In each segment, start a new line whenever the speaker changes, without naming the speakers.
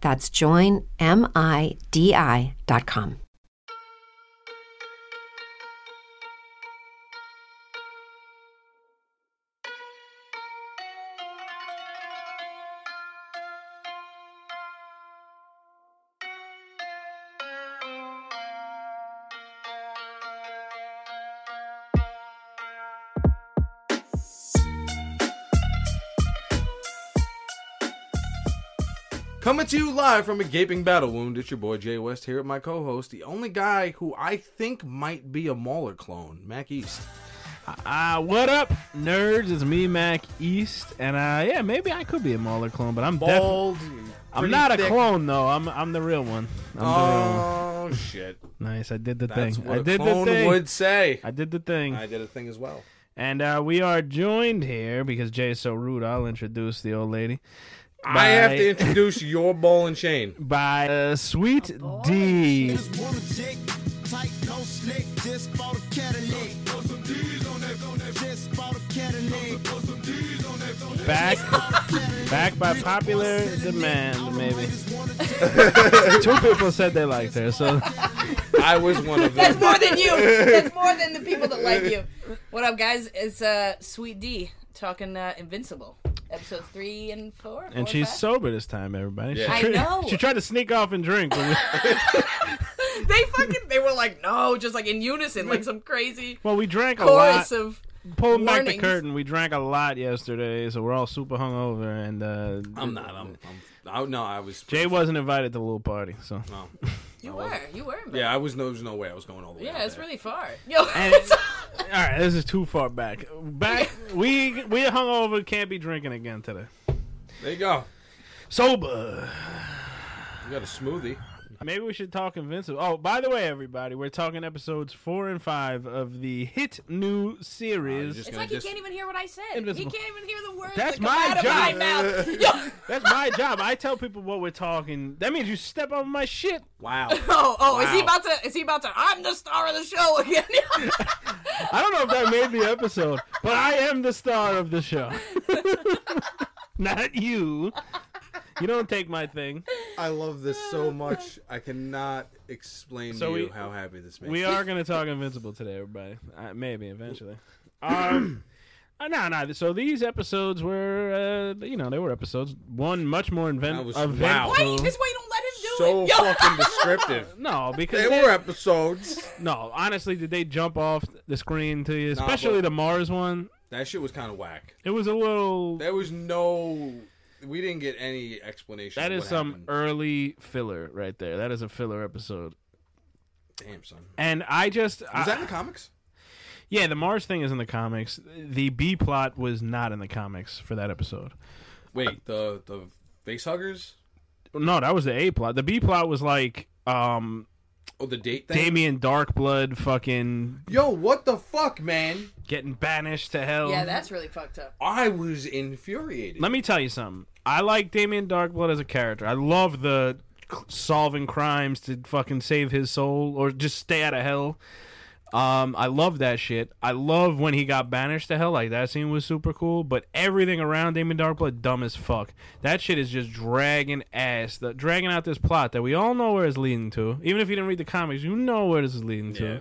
That's joinmidi.com.
Coming to you live from a gaping battle wound, it's your boy Jay West here with my co-host, the only guy who I think might be a Mauler clone, Mac East.
Uh, what up, nerds? It's me, Mac East, and uh, yeah, maybe I could be a Mauler clone, but I'm definitely
Bald.
I'm
pretty
not a
thick.
clone though. I'm I'm the real one. I'm the real
Oh
one.
shit!
Nice, I did the
That's
thing.
what
I
a
did the
clone
thing.
would say.
I did the thing.
I did a thing as well.
And uh, we are joined here because Jay is so rude. I'll introduce the old lady
I have
Bye.
to introduce your ball and chain.
by uh, Sweet D.
Just wanna tick, tight, no slick. Just bought a Cadillac. Put some D's on that, on that. Just bought a Cadillac. Put some D's on that, on that.
Back, back by popular demand. Maybe two people said they liked her, so
I was one of
That's
them.
more than you. That's more than the people that like you. What up, guys? It's uh, Sweet D talking uh, Invincible, episodes three and four. four
And she's
five.
sober this time, everybody.
Yeah.
She
I
tri-
know.
She tried to sneak off and drink. when we-
They fucking. They were like, no, just like in unison, like some crazy
well, we drank a
chorus
lot.
of.
Pulling back the
warnings.
curtain, we drank a lot yesterday, so we're all super hungover. And uh,
I'm not. I'm. I'm I, no, I was.
Jay wasn't invited to the little party, so
No.
You were, you were. man.
Yeah, I was. No, there's no way I was going all the way.
Yeah,
out
it's
there.
really far. Yo,
And
it's-
all right, this is too far back. Back, we we hungover, can't be drinking again today.
There you go.
Sober.
You got a smoothie.
Maybe we should talk Invincible. Oh, by the way, everybody, we're talking episodes four and five of the hit new series.
just-
it's like he can't even hear what I said.
Invincible.
He can't even hear the words.
That's
that come
my
out of
job.
my mouth. Yo.
That's my job. I tell people what we're talking. That means you step on my shit.
Wow.
Oh, oh, is he
Wow.
about to? Is he about to? I'm the star of the show again.
I don't know if that made the episode, but I am the star of the show. Not you. You don't take my thing.
I love this so much. I cannot explain
So
to you
we-
how happy this makes
We
me.
are going to talk Invincible today, everybody. Uh, maybe, eventually. Um, uh, no, no. So these episodes were, uh, you know, they were episodes. One much more
That
invent-
was-
eventful.
wow.
Why? That's why you don't let him do
So
it. Yo.
fucking descriptive.
No, because
They were episodes.
no. Honestly, did they jump off the screen to you?
Nah,
Especially
but-
the Mars one.
That shit was kind of whack.
It was a little.
There was no. We didn't get any explanation.
That
of
is
what
some
happened.
early filler right there. That is a filler episode.
Damn, son. Is
And I just I-
that in the comics?
Yeah, the Mars thing is in the comics. The B plot was not in the comics for that episode.
Wait, the the face huggers?
No, that was the A plot. The B plot was like um
Oh, the date thing?
Damien Darkblood fucking
Yo, what the fuck, man?
getting banished to hell.
Yeah, that's really fucked up.
I was infuriated.
Let me tell you something. I like Damien Darkblood as a character. I love the solving crimes to fucking save his soul or just stay out of hell. Um, I love that shit. I love when he got banished to hell. Like that scene was super cool. But everything around Damien Darkblood dumb as fuck. That shit is just dragging ass, the, dragging out this plot that we all know where it's leading to. Even if you didn't read the comics, you know where this is leading
Yeah.
to.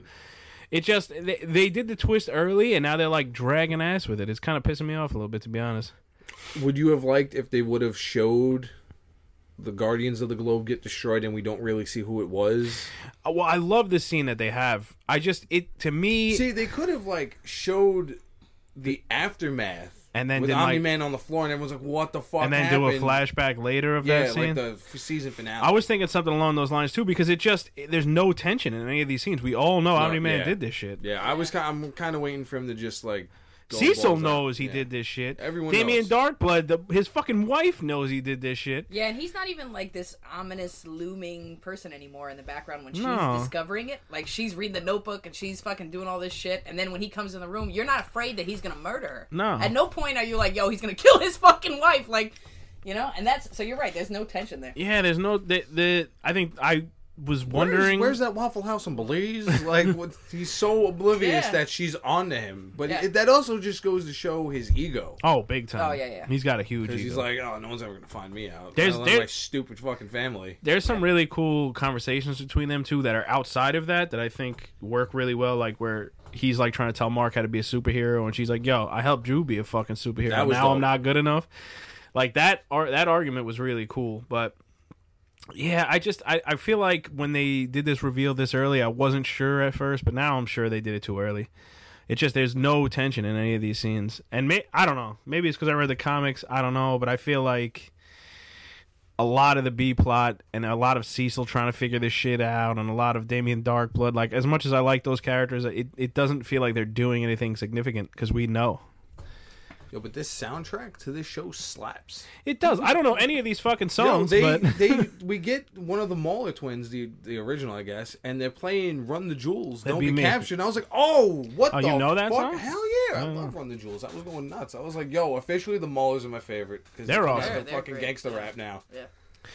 It just they, they did the twist early, and now they're like dragging ass with it. It's kind of pissing me off a little bit, to be honest.
Would you have liked if they would have showed the Guardians of the Globe get destroyed and we don't really see who it was?
Uh, Well, I love the scene that they have. I just it to me
See, they could have like showed the aftermath
And then
with
did, like-
Omni Man on the floor, and everyone's like, "What the fuck?"
and then do a
happened?
flashback later of
Yeah,
that scene.
like the f- season finale.
I was thinking something along those lines too because it just it- there's no tension in any of these scenes. We all know how many Man
yeah.
did this shit.
yeah, I was. Kind I'm kind of waiting for him to just like. go
Cecil
balls out.
knows he
Yeah.
did this shit.
Everyone
Damien
knows.
Darkblood, the, his fucking wife knows he did this shit.
Yeah, and he's not even like this ominous looming person anymore in the background when she's
No.
discovering it. Like she's reading the notebook and she's fucking doing all this shit, and then when he comes in the room, you're not afraid that he's gonna murder her.
No.
At no point are you like, yo, he's gonna kill his fucking wife, like you know, and that's so you're right, there's no tension there.
Yeah, there's no the, the I think I was
Where's-
wondering
where's, that Waffle House in Belize? Like, what, he's so oblivious
Yeah.
that she's on to him, but
Yeah.
it, that also just goes to show his ego.
Oh, big time.
Oh, yeah, yeah.
He's got a huge
Because he's
ego.
like, oh, no one's ever gonna find me out.
There's-
There's,
there-
my stupid fucking family.
there's some really cool conversations between them two that are outside of that that I think work really well. Like where he's like trying to tell Mark how to be a superhero, and she's like, "Yo, I helped you be a fucking superhero. Now
That was
I'm
dope.
not good enough." Like that. Ar- that argument was really cool, but. Yeah, I just I, I feel like when they did this reveal this early, I wasn't sure at first, but now I'm sure they did it too early. It's just there's no tension in any of these scenes, and may, I don't know. Maybe it's because I read the comics. I don't know, but I feel like a lot of the B plot and a lot of Cecil trying to figure this shit out, and a lot of Damien Darkblood. Like as much as I like those characters, it it doesn't feel like they're doing anything significant because we know
Yo, but this soundtrack to this show slaps.
it does. I don't know any of these fucking songs,
Yo, they,
but
they we get one of the Mauler twins, the the original, I guess, and they're playing "Run the Jewels."
That'd
Don't
be
be,
me.
captured. And I was like, oh, what?
Oh,
the
you know that
fuck?
song?
Hell yeah, I, love "Run the Jewels." I was going nuts. I was like, yo, officially the Maulers are my favorite because
They're awesome.
They're- they're
fucking
great.
gangster rap now.
Yeah.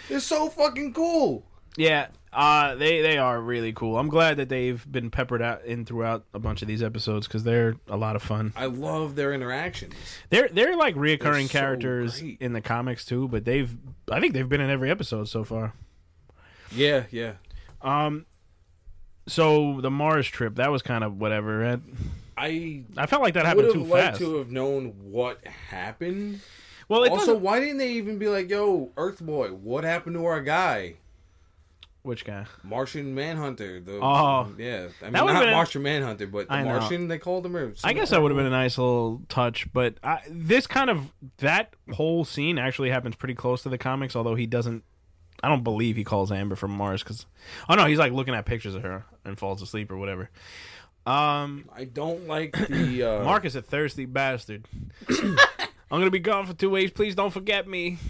They're so fucking cool.
yeah, uh, they they are really cool. I'm glad that they've been peppered out in throughout a bunch of these episodes because they're a lot of fun.
I love their interactions.
They're they're like reoccurring
so
characters
great.
in the comics too, but they've I think they've been in every episode so far.
Yeah, yeah.
So the Mars trip that was kind of whatever. right?
I
I felt like that
would
happened
have
too
liked
fast.
to have known what happened.
Well, it
also,
doesn't.
why didn't they even be like, "Yo, Earth Boy, what happened to our guy,
Which guy?
Martian Manhunter?" The,
Oh.
yeah, I mean,
would've
not
been a-
Martian Manhunter, but the
I know.
Martian they called him. Or
I guess that would have been a nice little touch, but I, this kind of that whole scene actually happens pretty close to the comics. Although he doesn't, I don't believe he calls Amber from Mars because, oh no, he's like looking at pictures of her and falls asleep or whatever. Um,
I don't like the uh,
Mark is a thirsty bastard. I'm gonna be gone for two weeks. Please don't forget me.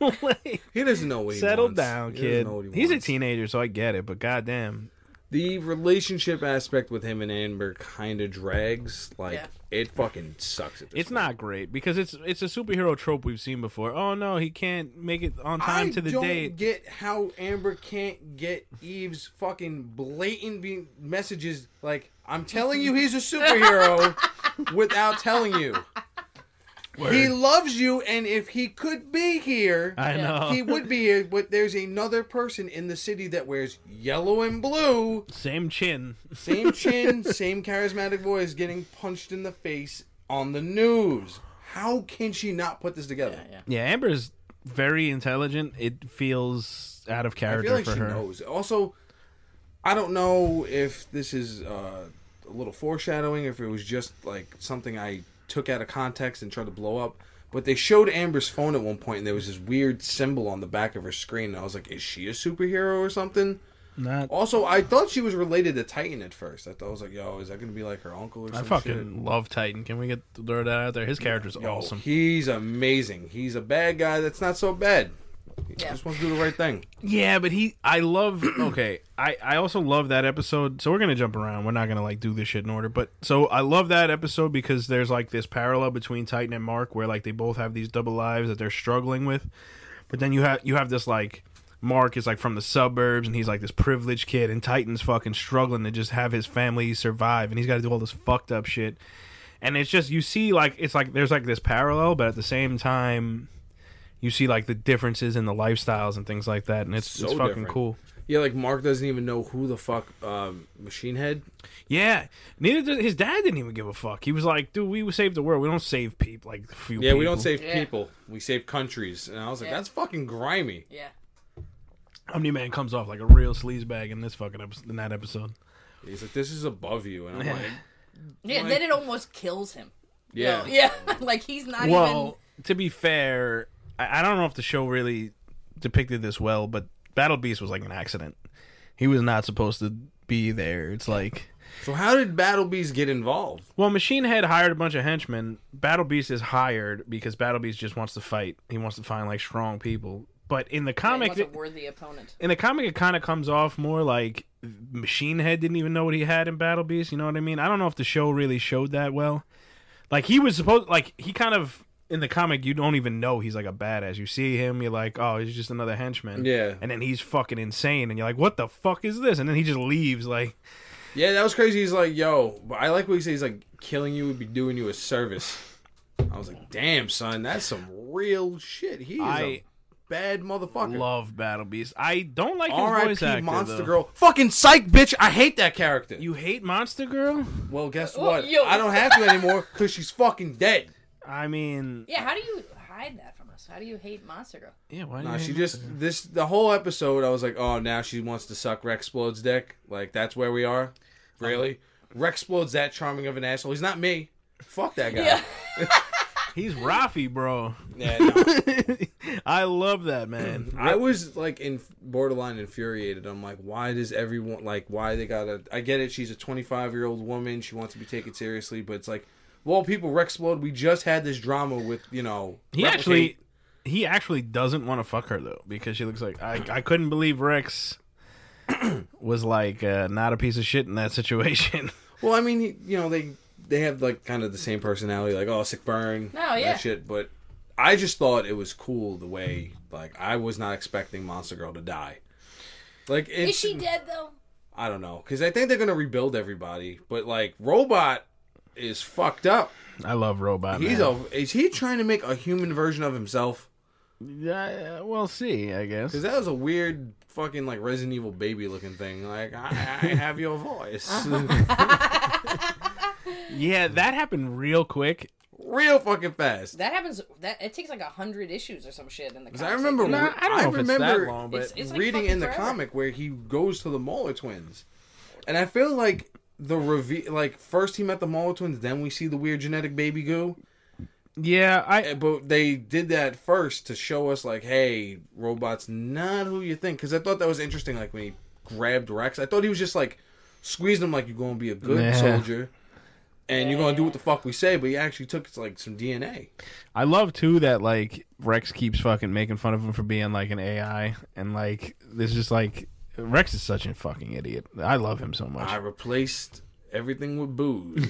Like,
He doesn't know what he
settle
wants.
down,
He doesn't
kid.
know what he
He's a
wants.
teenager, so I get it. But goddamn,
The relationship aspect with him and Amber kind of drags. Like
Yeah.
it fucking sucks. At this
it's not great because it's it's a superhero trope we've seen before. Oh no, he can't make it on time
I
to the
don't
date.
get how Amber can't get Eve's fucking blatant be- messages like "I'm telling you he's a superhero" without telling you. He loves you, and if he could be here,
I know.
he would be here. But there's another person in the city that wears yellow and blue,
Same chin.
same chin, same charismatic voice, getting punched in the face on the news. How can she not put this together?
Yeah, Amber's very intelligent. It feels out of
I
character
feel like
for
she
her.
knows. Also, I don't know if this is uh, a little foreshadowing, if it was just like something I took out of context and tried to blow up. But they showed Amber's phone at one point, and there was this weird symbol on the back of her screen. And I was like, "Is she a superhero or something?"
Not.
Also, I thought she was related to Titan at first. I thought I was like, yo, is that gonna be like her uncle or
I
some
fucking
shit?
love Titan. Can we get to throw that out there? His character's
Yo,
awesome.
He's amazing. He's a bad guy that's not so bad. He
Yeah.
just wants to do the right thing.
Yeah, but he. I love. Okay, I I also love that episode. So we're gonna jump around. We're not gonna like do this shit in order. But so I love that episode because there's like this parallel between Titan and Mark, where like they both have these double lives that they're struggling with. But then you have you have this like Mark is like from the suburbs and he's like this privileged kid, and Titan's fucking struggling to just have his family survive, and he's got to do all this fucked up shit. And it's just you see like it's like there's like this parallel, but at the same time. You see, like the differences in the lifestyles and things like that, and it's,
So
it's fucking
different.
cool.
Yeah, like Mark doesn't even know who the fuck um, Machine Head.
Yeah, neither did his dad. Didn't even give a fuck. He was like, "Dude, we saved the world. We don't save people like few
Yeah, we don't
people.
save
Yeah.
people. We save countries. And I was like,
Yeah.
that's fucking grimy.
Yeah.
Omni Man comes off like a real sleazebag in this fucking episode, in that episode.
He's like, this is above you. And I'm like,
Yeah,
Like-
then it almost kills him.
yeah.
Yeah, like he's not
well, to be fair, I, I don't know if the show really depicted this well, but Battle Beast was like an accident. He was not supposed to be there. It's like,
So how did Battle Bees get involved?
well, Machine Head hired a bunch of henchmen. Battle Beast is hired because Battle Beast just wants to fight. He wants to find like strong people. But in the
even
comic,
was a worthy opponent.
in the comic it kind of comes off more like machine head didn't even know what he had in battle beast you know what i mean i don't know if the show really showed that well like he was supposed like he kind of in the comic you don't even know he's like a badass you see him you're like oh he's just another henchman
Yeah.
and then he's fucking insane and you're like what the fuck is this and then he just leaves like
Yeah, that was crazy. He's like, yo, but I like what he said. He's like, killing you would be doing you a service. I was like, damn, son, that's some real shit. He is
I
a bad motherfucker.
love battle beast i don't like his voice
R.I.P.
actor
Monster
though.
Girl. Fucking psych, bitch. I hate that character.
you hate monster girl
well, guess
Oh,
what?
yo.
I don't have to anymore because she's fucking dead.
i mean
Yeah, how do you hide that from us? How do you hate Monster Girl?
yeah why do
Nah,
you
she
hate
just this the whole episode. I was like, oh, now she wants to suck Rexplode's dick. Like that's where we are.
Uh-huh.
Really, Rexplode's that charming of an asshole. He's not me. Fuck that guy. Yeah.
Yeah.
Monster- he's rafi bro
no.
i love that man
I was like in borderline infuriated. I'm like, why does everyone like why they gotta? I get it. She's a 25 year old woman. She wants to be taken seriously, but it's like, well, people, Rexplode. We just had this drama with you know.
He
replicate-
actually, he actually doesn't want to fuck her though because she looks like I. I couldn't believe Rex was like uh, not a piece of shit in that situation.
Well, I mean, he- you know, they they have like kind of the same personality, like oh, sick burn,
No, yeah.
that shit. But I just thought it was cool the way, like, I was not expecting Monster Girl to die. Like, it's,
Is she dead though?
I don't know, because I think they're gonna rebuild everybody, but like, Robot is fucked up.
I love Robot.
He's
man.
a is he trying to make a human version of himself?
Yeah, we'll see. I guess.
Because that was a weird fucking like Resident Evil baby looking thing. Like, I, I have your voice,
Uh-huh.
Yeah, that happened real quick.
real fucking fast.
That happens. That it takes like a hundred issues or some shit in the.
'Cause I remember,
Nah, I don't know if it's that long, but-
It's- it's like
reading
fucking
in the
forever.
comic where he goes to the Mauler twins, and I feel like the reveal, like first he met the Mauler twins, then we see the weird genetic baby goo.
Yeah,
Eh,
I.
But they did that first to show us, like, hey, robots, not who you think. Because I thought that was interesting. Like when he grabbed Rex, I thought he was just like squeezing him, like you're gonna be a good
Yeah.
soldier. And you're gonna do what the fuck we say, but he actually took like some DNA.
I love too that like Rex keeps fucking making fun of him for being like an AI, and like this is like Rex is such a fucking idiot. I love him so
I
much.
replaced everything with booze.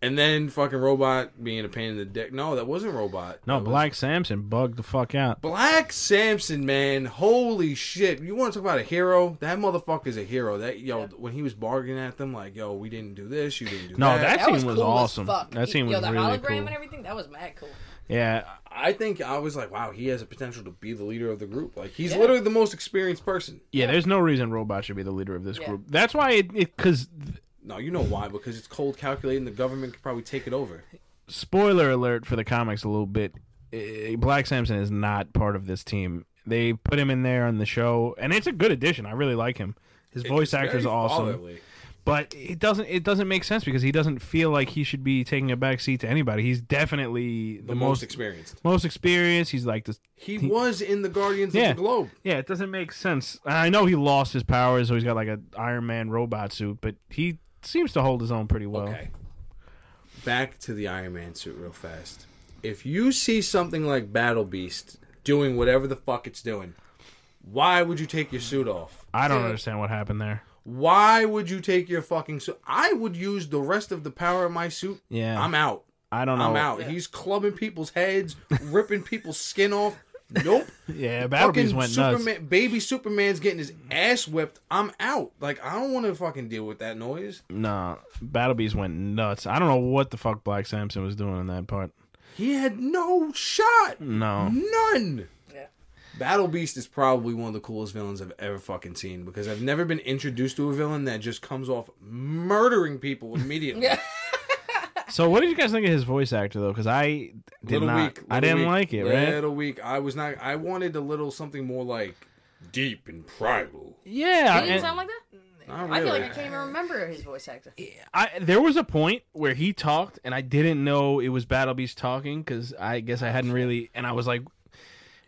And then fucking robot being a pain in the dick. No, that wasn't robot.
no,
That was-
Black Samson bugged the fuck out.
Black Samson, man. Holy shit. You want to talk about a hero? That motherfucker's a hero. That yo, when he was bargaining at them, like, yo, we didn't do this, you didn't do
No,
that.
that-
That
scene
was,
was
cool as
awesome.
fuck.
That scene
Yo,
was
the
really
hologram
cool.
and everything. That was mad cool.
Yeah,
I think I was like, wow, he has the potential to be the leader of the group. Like he's
Yeah.
literally the most experienced person.
Yeah, there's no reason Robot should be the leader of this
Yeah.
group. That's why it because
No, you know why? Because it's cold calculating. The government could probably take it over.
spoiler alert for the comics a little bit. eh, Black Samson is not part of this team. They put him in there on the show, and it's a good addition. I really like him. His voice
It's
actor is
very
awesome,
fatherly.
But it doesn't it doesn't make sense because he doesn't feel like he should be taking a back seat to anybody. He's definitely the,
the most,
most
experienced.
most experienced. He's like this.
He was in the Guardians
Yeah.
of the Globe.
Yeah, it doesn't make sense. I know he lost his powers, so he's got like an Iron Man robot suit, but he seems to hold his own pretty well.
Okay. Back to the Iron Man suit real fast. If you see something like Battle Beast doing whatever the fuck it's doing, why would you take your suit off?
I don't
Dude.
understand what happened there.
Why would you take your fucking suit? I would use the rest of the power of my suit.
Yeah.
I'm out.
I don't know.
I'm out. He's clubbing people's heads, ripping people's skin off. Nope.
Yeah, Battle Beast
Fucking
went nuts.
Superman, Baby Superman's getting his ass whipped. I'm out. Like I don't want to fucking deal with that noise.
Nah, Battle Beast went nuts. I don't know what the fuck Black Samson was doing in that part.
He had no shot.
No.
None.
Yeah.
Battle Beast is probably one of the coolest villains I've ever fucking seen because I've never been introduced to a villain that just comes off murdering people immediately.
So what did you guys think of his voice actor though? Because I did
Little
not.
weak.
I
little
didn't
weak,
like it. Right?
Little weak. I was not. I wanted a little something more like deep and tribal.
Yeah.
He didn't
and
sound like that?
Not
I feel
really.
like I can't even remember his voice actor.
I there was a point where he talked, and I didn't know it was Battle Beast talking because I guess I hadn't really. And I was like,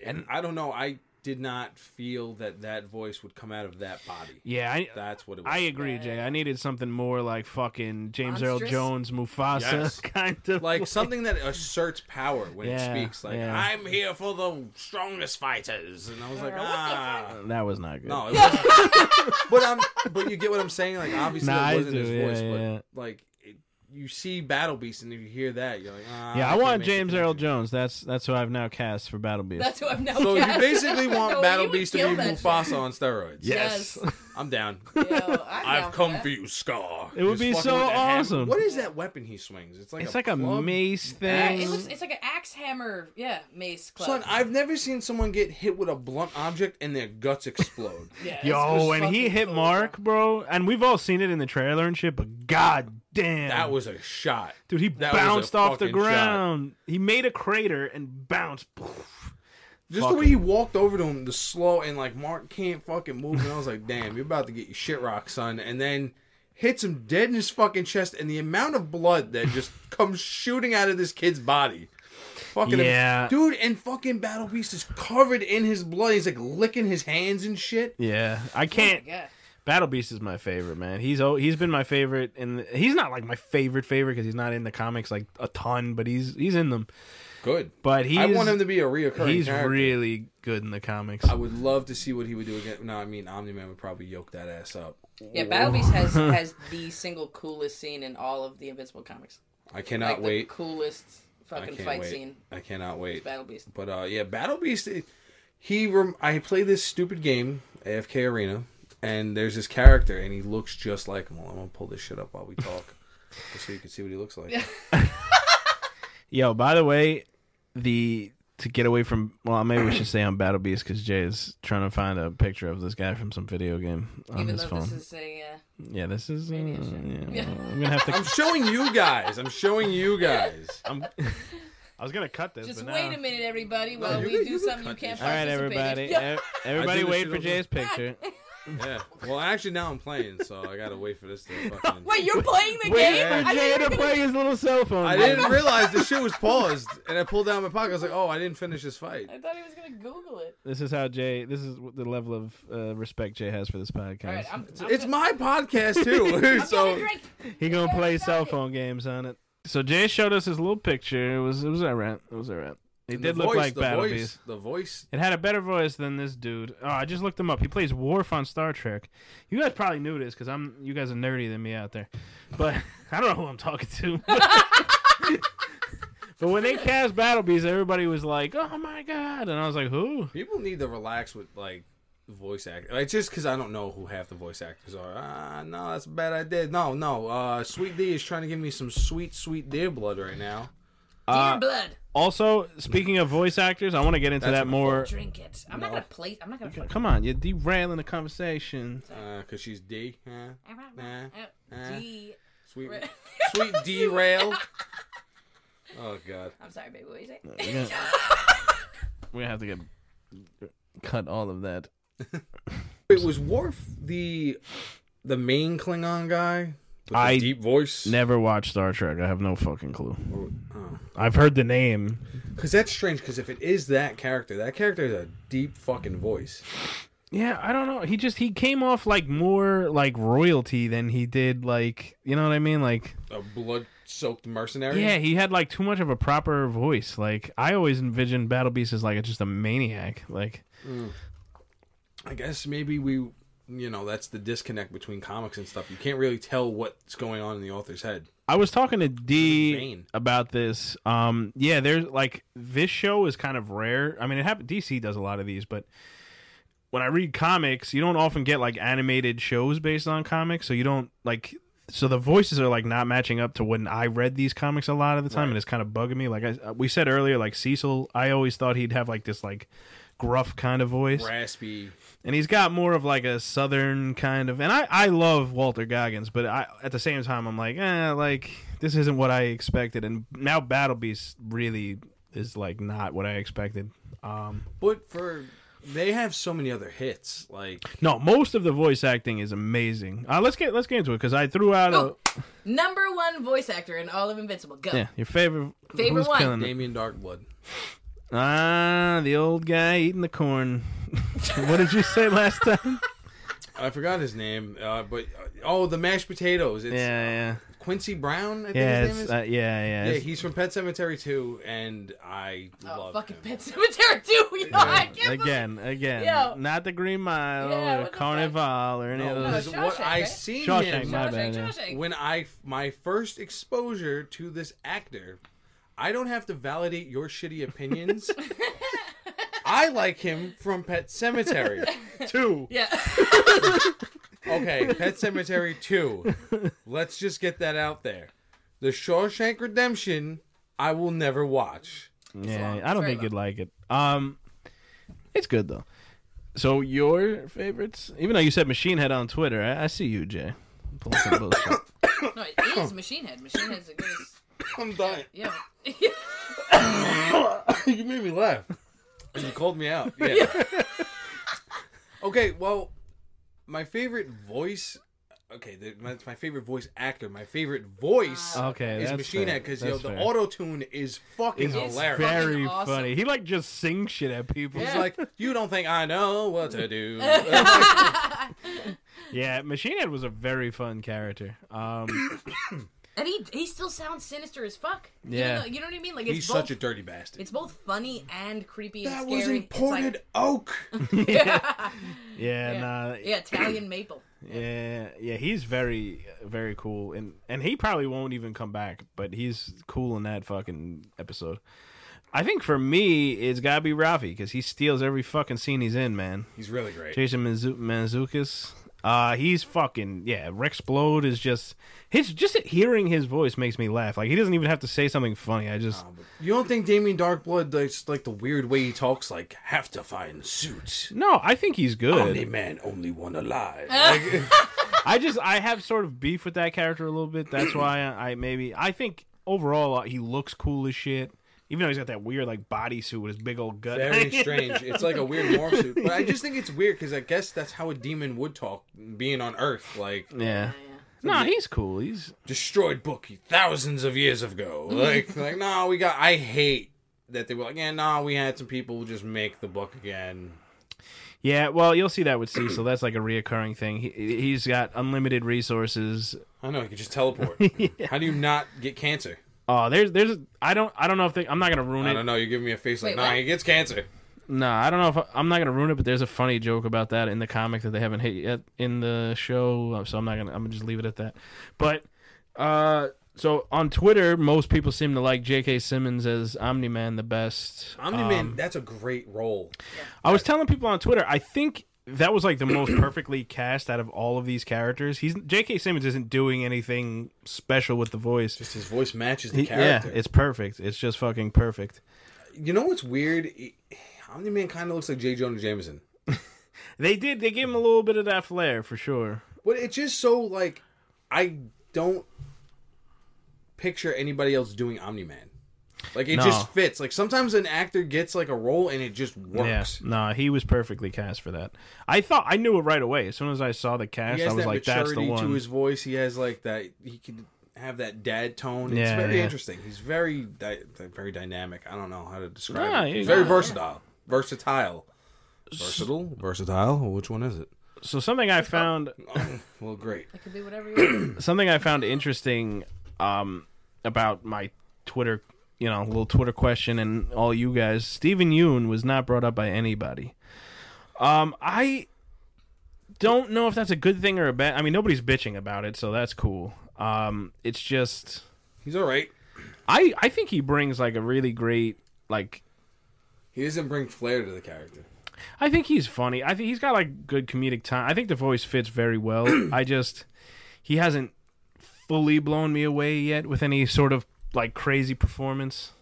and I don't know. I did not feel that that voice would come out of that body.
yeah, I.
That's what it was.
I agree, Jay. I needed something more like fucking James Earl
Monstrous?
Jones, Mufasa
Yes.
kind of
like something that asserts power when
Yeah,
it speaks. Like
yeah.
I'm here for the strongest fighters, and I was like, ah,
that was not good.
no. It wasn't. but I'm, but you get what I'm saying. Like obviously
Nah, I
it wasn't
do,
his
yeah,
voice,
yeah.
but like it, you see Battle Beast, and if you hear that, you're like, ah,
yeah, I,
can't
want
make the
James Earl
connection.
Jones. That's that's who I've now cast for Battle Beast.
That's who I'm now.
So you
cast.
basically want
No,
Battle
you would
Beast to be
kill that shit.
Mufasa on steroids.
Yes.
I'm down.
Yo, I'm down
I've
for
come
that.
for you, Scar.
It would
Just
be
fucking
so
with that hammer.
awesome.
What is that weapon he swings? It's like
it's
a
like a
club?
mace
Yeah,
thing.
it looks. It's like an axe hammer. Yeah, mace club.
Son, I've never seen someone get hit with a blunt object and their guts explode.
yeah, it's- it's
Yo, when he
fucking
hit
cool.
Mark, bro, and we've all seen it in the trailer and shit, but god damn.
that was a shot.
Dude, he
that was a
bounced off the
fucking shot.
ground. He made a crater and bounced. Poof.
Just the way he walked over to him, the slow and like Mark can't fucking move, and I was like, damn, you're about to get your shit rocked, son. And then hits him dead in his fucking chest, and the amount of blood that just comes shooting out of this kid's body. Fucking
Yeah.
dude, and fucking Battle Beast is covered in his blood. He's like licking his hands and shit.
Yeah, I can't.
Yeah.
Battle Beast is my favorite, man. He's oh, he's been my favorite, and he's not like my favorite favorite because he's not in the comics like a ton, but he's he's in them.
Good,
But he's
I want him to be a reoccurring
he's
character.
really good in the comics.
I would love to see what he would do again. No, I mean Omni Man would probably yoke that ass up.
Yeah, Battle Beast has has the single coolest scene in all of the Invincible comics.
I cannot
like
wait.
the coolest
I
fucking
can't
fight
wait.
scene.
I cannot wait.
Battle Beast.
But uh, yeah, Battle Beast. it- He, rem- I play this stupid game, AFK Arena, and there's this character, and he looks just like him. Hold on, I'm gonna pull this shit up while we talk, just so you can see what he looks like.
Yo, by the way, the to get away from well, maybe we should stay on Battle Beast because Jay is trying to find a picture of this guy from some video game on
Even
his
though
phone.
this is a uh,
yeah, this is. Uh, yeah,
show.
well, I'm gonna have to.
I'm showing you guys. I'm showing you guys.
I'm, I was gonna cut this.
just
but
wait
now-
a minute, everybody, while
you
we
can-
do
you can
something you
cut
can't
this.
participate.
All right, everybody.
in.
ev- Everybody,
this
wait
shit
for
over-
Jay's picture.
Yeah. Well, actually, now I'm playing, so I gotta wait for this to fucking.
Wait, you're playing the
Wait
game?
for Jay to play his little cell phone.
I
game.
didn't realize the shit was paused, and I pulled down my pocket. I was like, "Oh, I didn't finish this fight."
I thought he was gonna Google it.
This is how Jay. This is what the level of uh, respect Jay has for this
All right,
podcast.
I'm. I'm
It's
gonna-
my podcast too,
Get a
so
drink.
he gonna
Yeah,
play
stop
cell
it.
phone games on it. So Jay showed us his little picture. It was it was alright. It was alright. He
And
did
the
look
voice-
like
the
Battle
voice,
Beast.
The voice
It had a better voice than this dude. Oh, I just looked him up. He plays Worf on Star Trek. You guys probably knew this because I'm. You guys are nerdy than me out there, but I don't know who I'm talking to. But, when they cast Battle Beast, everybody was like, "Oh my god!" and I was like, "Who?"
People need to relax with like voice act. Like just because I don't know who half the voice actors are. Ah, no, that's a bad idea. No, no. Uh, Sweet D is trying to give me some sweet, sweet deer blood right now.
Dear blood,
Also, speaking of voice actors, I want to get into
That's
that
what-
more.
drink it. I'm not gonna play. I'm not gonna. fucking-
Come on, you're derailing the conversation.
Uh, cause she's D. Huh? Nah.
Uh, D.
Sweet, sweet derail. Oh God.
I'm sorry, baby. What did
We're
you say?
gonna, we're gonna have to get cut all of that.
It was Worf the the main Klingon guy with
I
the deep voice?
Never watched Star Trek. I have no fucking clue.
Oh.
I've heard the name.
Because that's strange. Because if it is that character, that character has a deep fucking voice.
Yeah, I don't know. He just he came off like more like royalty than he did like you know what I mean? Like
A blood-soaked mercenary.
yeah, he had like too much of a proper voice. Like I always envisioned Battle Beast as like just a maniac. Like
I guess maybe we, you know, that's the disconnect between comics and stuff. You can't really tell what's going on in the author's head.
I was talking to D
Bane.
about this. Um, yeah, there's like this show is kind of rare. I mean, it happen DC does a lot of these, but when I read comics, you don't often get like animated shows based on comics, so you don't like. So the voices are like not matching up to when I read these comics a lot of the time, and it's kind of bugging me. Like I, we said earlier, like Cecil, I always thought he'd have like this like gruff kind of voice
Raspy.
and he's got more of like a southern kind of and i i love walter goggins but i at the same time i'm like eh, like this isn't what i expected and now battle beast really is like not what i expected um
But for they have so many other hits. Like
no most of the voice acting is amazing uh let's get let's get into it because i threw out a
Oh. Number one voice actor in all of Invincible. Go.
yeah your favorite
Favorite
who's
one.
killing it?
Damien Darkblood.
ah the old guy eating the corn what did you say last time
I forgot his name. Uh, but oh, the mashed potatoes. It's
yeah yeah
Quincy Brown. I think
yeah
his name
it's,
is.
uh, yeah yeah
yeah,
it's-
he's from Pet Cemetery 2, and I
Oh,
love
fucking
him.
Pet Cemetery too. Yo, I can't believe-
again, again,
Yo.
not the Green Mile
Yeah,
or
what the
Carnival or any
No,
of
because
those.
No,
what
Oh, Shawshank,
I
right?
seen
Shawshank,
him
my
Shawshank,
bad. yeah.
Shawshank.
when I my first exposure to this actor, I don't have to validate your shitty opinions. I like him from Pet Cemetery.
Two.
Yeah.
Okay, Pet Cemetery 2. Let's just get that out there. The Shawshank Redemption, I will never watch.
Yeah,
long.
I don't
Very
think
long.
you'd like it. Um, it's good though. So your favorites, even though you said Machine Head on Twitter, I, I see you, Jay. Pulling some bullshit.
No, it is Machine Head. Machine Head's the greatest.
I'm dying.
Yeah.
you made me laugh. And you called me out. Yeah. okay, well, my favorite voice. Okay, the, my, my favorite voice actor. My favorite voice
Ah. Okay,
is
that's
Machine
fair.
Head because yo
That's
the
fair.
auto tune is fucking
It's
hilarious.
very
Fucking awesome.
funny. He like just sings shit at people.
He's
Yeah.
like, you don't think I know what to do?
Machine Head was a very fun character. Um,
and he he still sounds sinister as fuck. Even
Yeah.
though- you know what I mean? Like it's
He's
both,
such a dirty bastard.
It's both funny and creepy and
that
scary.
was imported
It's
oak.
yeah,
like,
nah,
yeah, Italian maple.
Yeah, yeah, he's very, very cool, and and he probably won't even come back, but he's cool in that fucking episode. I think for me, it's gotta be Rafi because he steals every fucking scene he's in, man.
He's really great.
Jason Manzu- Manzukis, uh, he's fucking yeah. Rex Blode is just his just hearing his voice makes me laugh. Like he doesn't even have to say something funny. I just
You don't think Damien Darkblood likes like the weird way he talks, like have to find suit.
no, I think he's good.
Only man, only one alive.
I just I have sort of beef with that character a little bit. That's why I maybe I think overall uh, he looks cool as shit. Even though he's got that weird like bodysuit with his big old gut.
Very strange. It's like a weird morph suit. But I just think it's weird because I guess that's how a demon would talk, being on Earth. Like,
yeah. No, he's cool. He's
destroyed book thousands of years ago. Like, like no, we got. I hate that they were like, yeah, no, we had some people who just make the book again.
yeah. Well, you'll see that with Cecil. That's like a reoccurring thing. He he's got unlimited resources.
I know, you could just teleport. How do you not get cancer?
Oh, there's there's I don't I don't know if they, I'm not gonna ruin
I
it.
don't know. You're giving me a face like,
Wait,
nah,
what?
he gets cancer.
No, I don't know if I, am not gonna ruin it, but there's a funny joke about that in the comic that they haven't hit yet in the show, uh, so I'm not gonna. I'm gonna just leave it at that. But uh, so on Twitter, most people seem to like J.K. Simmons as Omni Man the best.
Omni Man, that's a great role.
I was telling people on Twitter, I think that was like the most perfectly cast out of all of these characters. He's J.K. Simmons isn't doing anything special with the voice.
Just his voice matches the
He- yeah,
character.
it's perfect. It's just fucking perfect.
you know what's weird? Omni Man kind of looks like J. Jonah Jameson.
They did. They gave him a little bit of that flair for sure.
But it's just so like I don't picture anybody else doing Omni Man. Like it
No.
just fits. Like sometimes an actor gets like a role and it just works.
Yeah, no, he was perfectly cast for that. I thought I knew it right away. As soon as I saw the cast,
He
I
has
was
that
like, "That's the
maturity
one."
to his voice. He has like that. He can have that dad tone. It's
Yeah,
very
yeah.
interesting. He's very di- very dynamic. I don't know how to describe
Yeah,
it.
yeah,
He's very
yeah.
versatile. Versatile. Versatile. Versatile. Which one is it?
so something I found
Well, great.
It could be whatever you want.
something I found interesting um, about my Twitter, you know, little Twitter question and all you guys. Stephen Yoon was not brought up by anybody. Um, I don't know if that's a good thing or a bad. I mean, nobody's bitching about it, so that's cool. Um, it's just
He's all right.
I I think he brings like a really great like
He doesn't bring flair to the character.
I think he's funny. I think he's got like good comedic time. I think the voice fits very well. I just he hasn't fully blown me away yet with any sort of like crazy performance.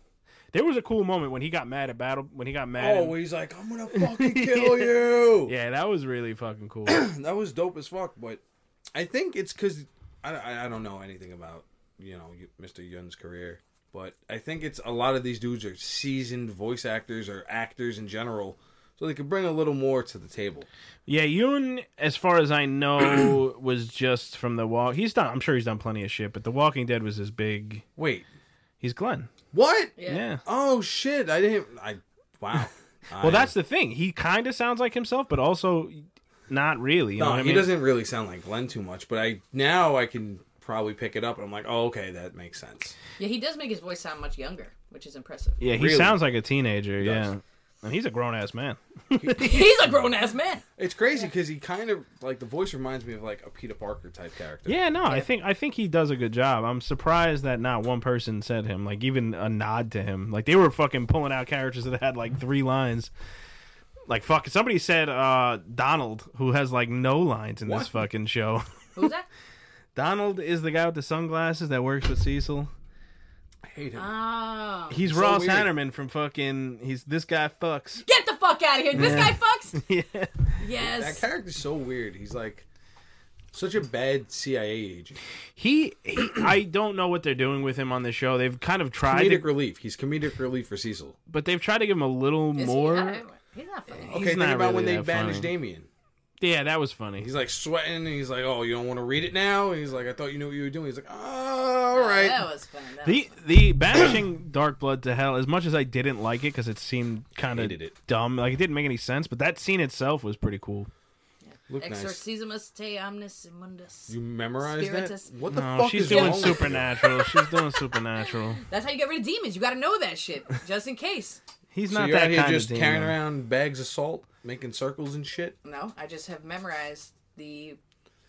There was a cool moment when he got mad at battle when he got mad.
Oh,
and-
he's like, I'm gonna fucking kill you.
yeah, that was really fucking cool.
that was dope as fuck. But I think it's because I, I, I don't know anything about you know you- Mr. Yun's career, but I think it's a lot of these dudes are seasoned voice actors or actors in general, so they could bring a little more to the table.
yeah, Yoon, as far as I know, was just from the walk. He's done. I'm sure he's done plenty of shit, but The Walking Dead was his big.
Wait,
He's Glenn.
what?
Yeah.
Oh shit! I didn't. I wow.
Well, that's the thing. He kind of sounds like himself, but also not really. You know
no.
what I
He
mean?
doesn't really sound like Glenn too much, but I now I can probably pick it up, and I'm like, oh okay, that makes sense.
Yeah, he does make his voice sound much younger, which is impressive.
Yeah, he
Really?
sounds like a teenager.
does.
Yeah, and he's a grown ass man.
He's a grown ass man.
It's crazy because he kind of like the voice reminds me of like a Peter Parker type character.
Yeah, no, I think I think he does a good job. I'm surprised that not one person said him, like even a nod to him. Like they were fucking pulling out characters that had like three lines. Like fuck, somebody said uh Donald, who has like no lines in
What?
this fucking show.
Who's that?
Donald is the guy with the sunglasses that works with Cecil.
I hate him.
Oh.
He's
So
Ross
weird.
Hannerman from fucking. He's this guy fucks.
Get the fuck out of here. This guy fucks?
yeah,
That
Yes.
character's so weird. He's like such a bad CIA agent.
he, he. I don't know what they're doing with him on the show. They've kind of tried to
Comedic relief. He's comedic relief for Cecil.
but they've tried to give him a little
Is he-
more.
I- he's not funny.
Okay, think
not
about when they
really that
bandaged
funny.
Damien.
yeah, that was funny.
He's like sweating and he's like, Oh, you don't want to read it now? And he's like, I thought you knew what you were doing. He's like, Oh, all right.
That was fun. That
the the banishing Dark Blood to Hell. As much as I didn't like it because it seemed kind of
Hated it.
dumb, like it didn't make any sense. But that scene itself was pretty cool.
Look
was
nice.
Exorcismus te omnis immundus.
You memorized
Spiritus.
that? What the
No,
fuck
Oh, she's
is
doing
wrong with you?
supernatural. she's doing supernatural.
That's how you get rid of demons. You got to know that shit, just in case.
He's
So
not
you're out
that
here
kind
just
of demon.
carrying around bags of salt, making circles and shit.
No, I just have memorized the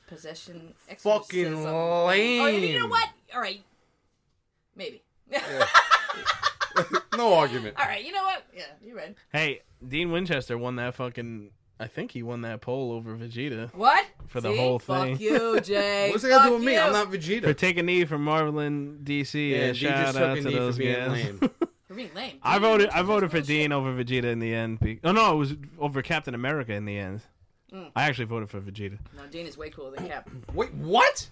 possession.
Fucking
exorcism.
lame.
Oh, you know what? All right, maybe.
No argument.
All right, you know what? Yeah, you're right.
Hey, Dean Winchester won that fucking. I think he won that poll over Vegeta
What?
For the
See?
whole thing.
Fuck you, Jay.
What's that got to do
Fuck
with me? I'm
you.
not
for
Vegeta.
take a knee for Marvel and DC. Yeah,
And he
shout
just
out
took
to
a knee for
those
being
guys.
lame.
You're being lame.
I voted. I voted for Dean over Vegeta in the end. be- Oh no, it was over Captain America in the end.
Mm.
I actually voted for Vegeta.
No, Dean is way cooler than Cap.
Wait, what?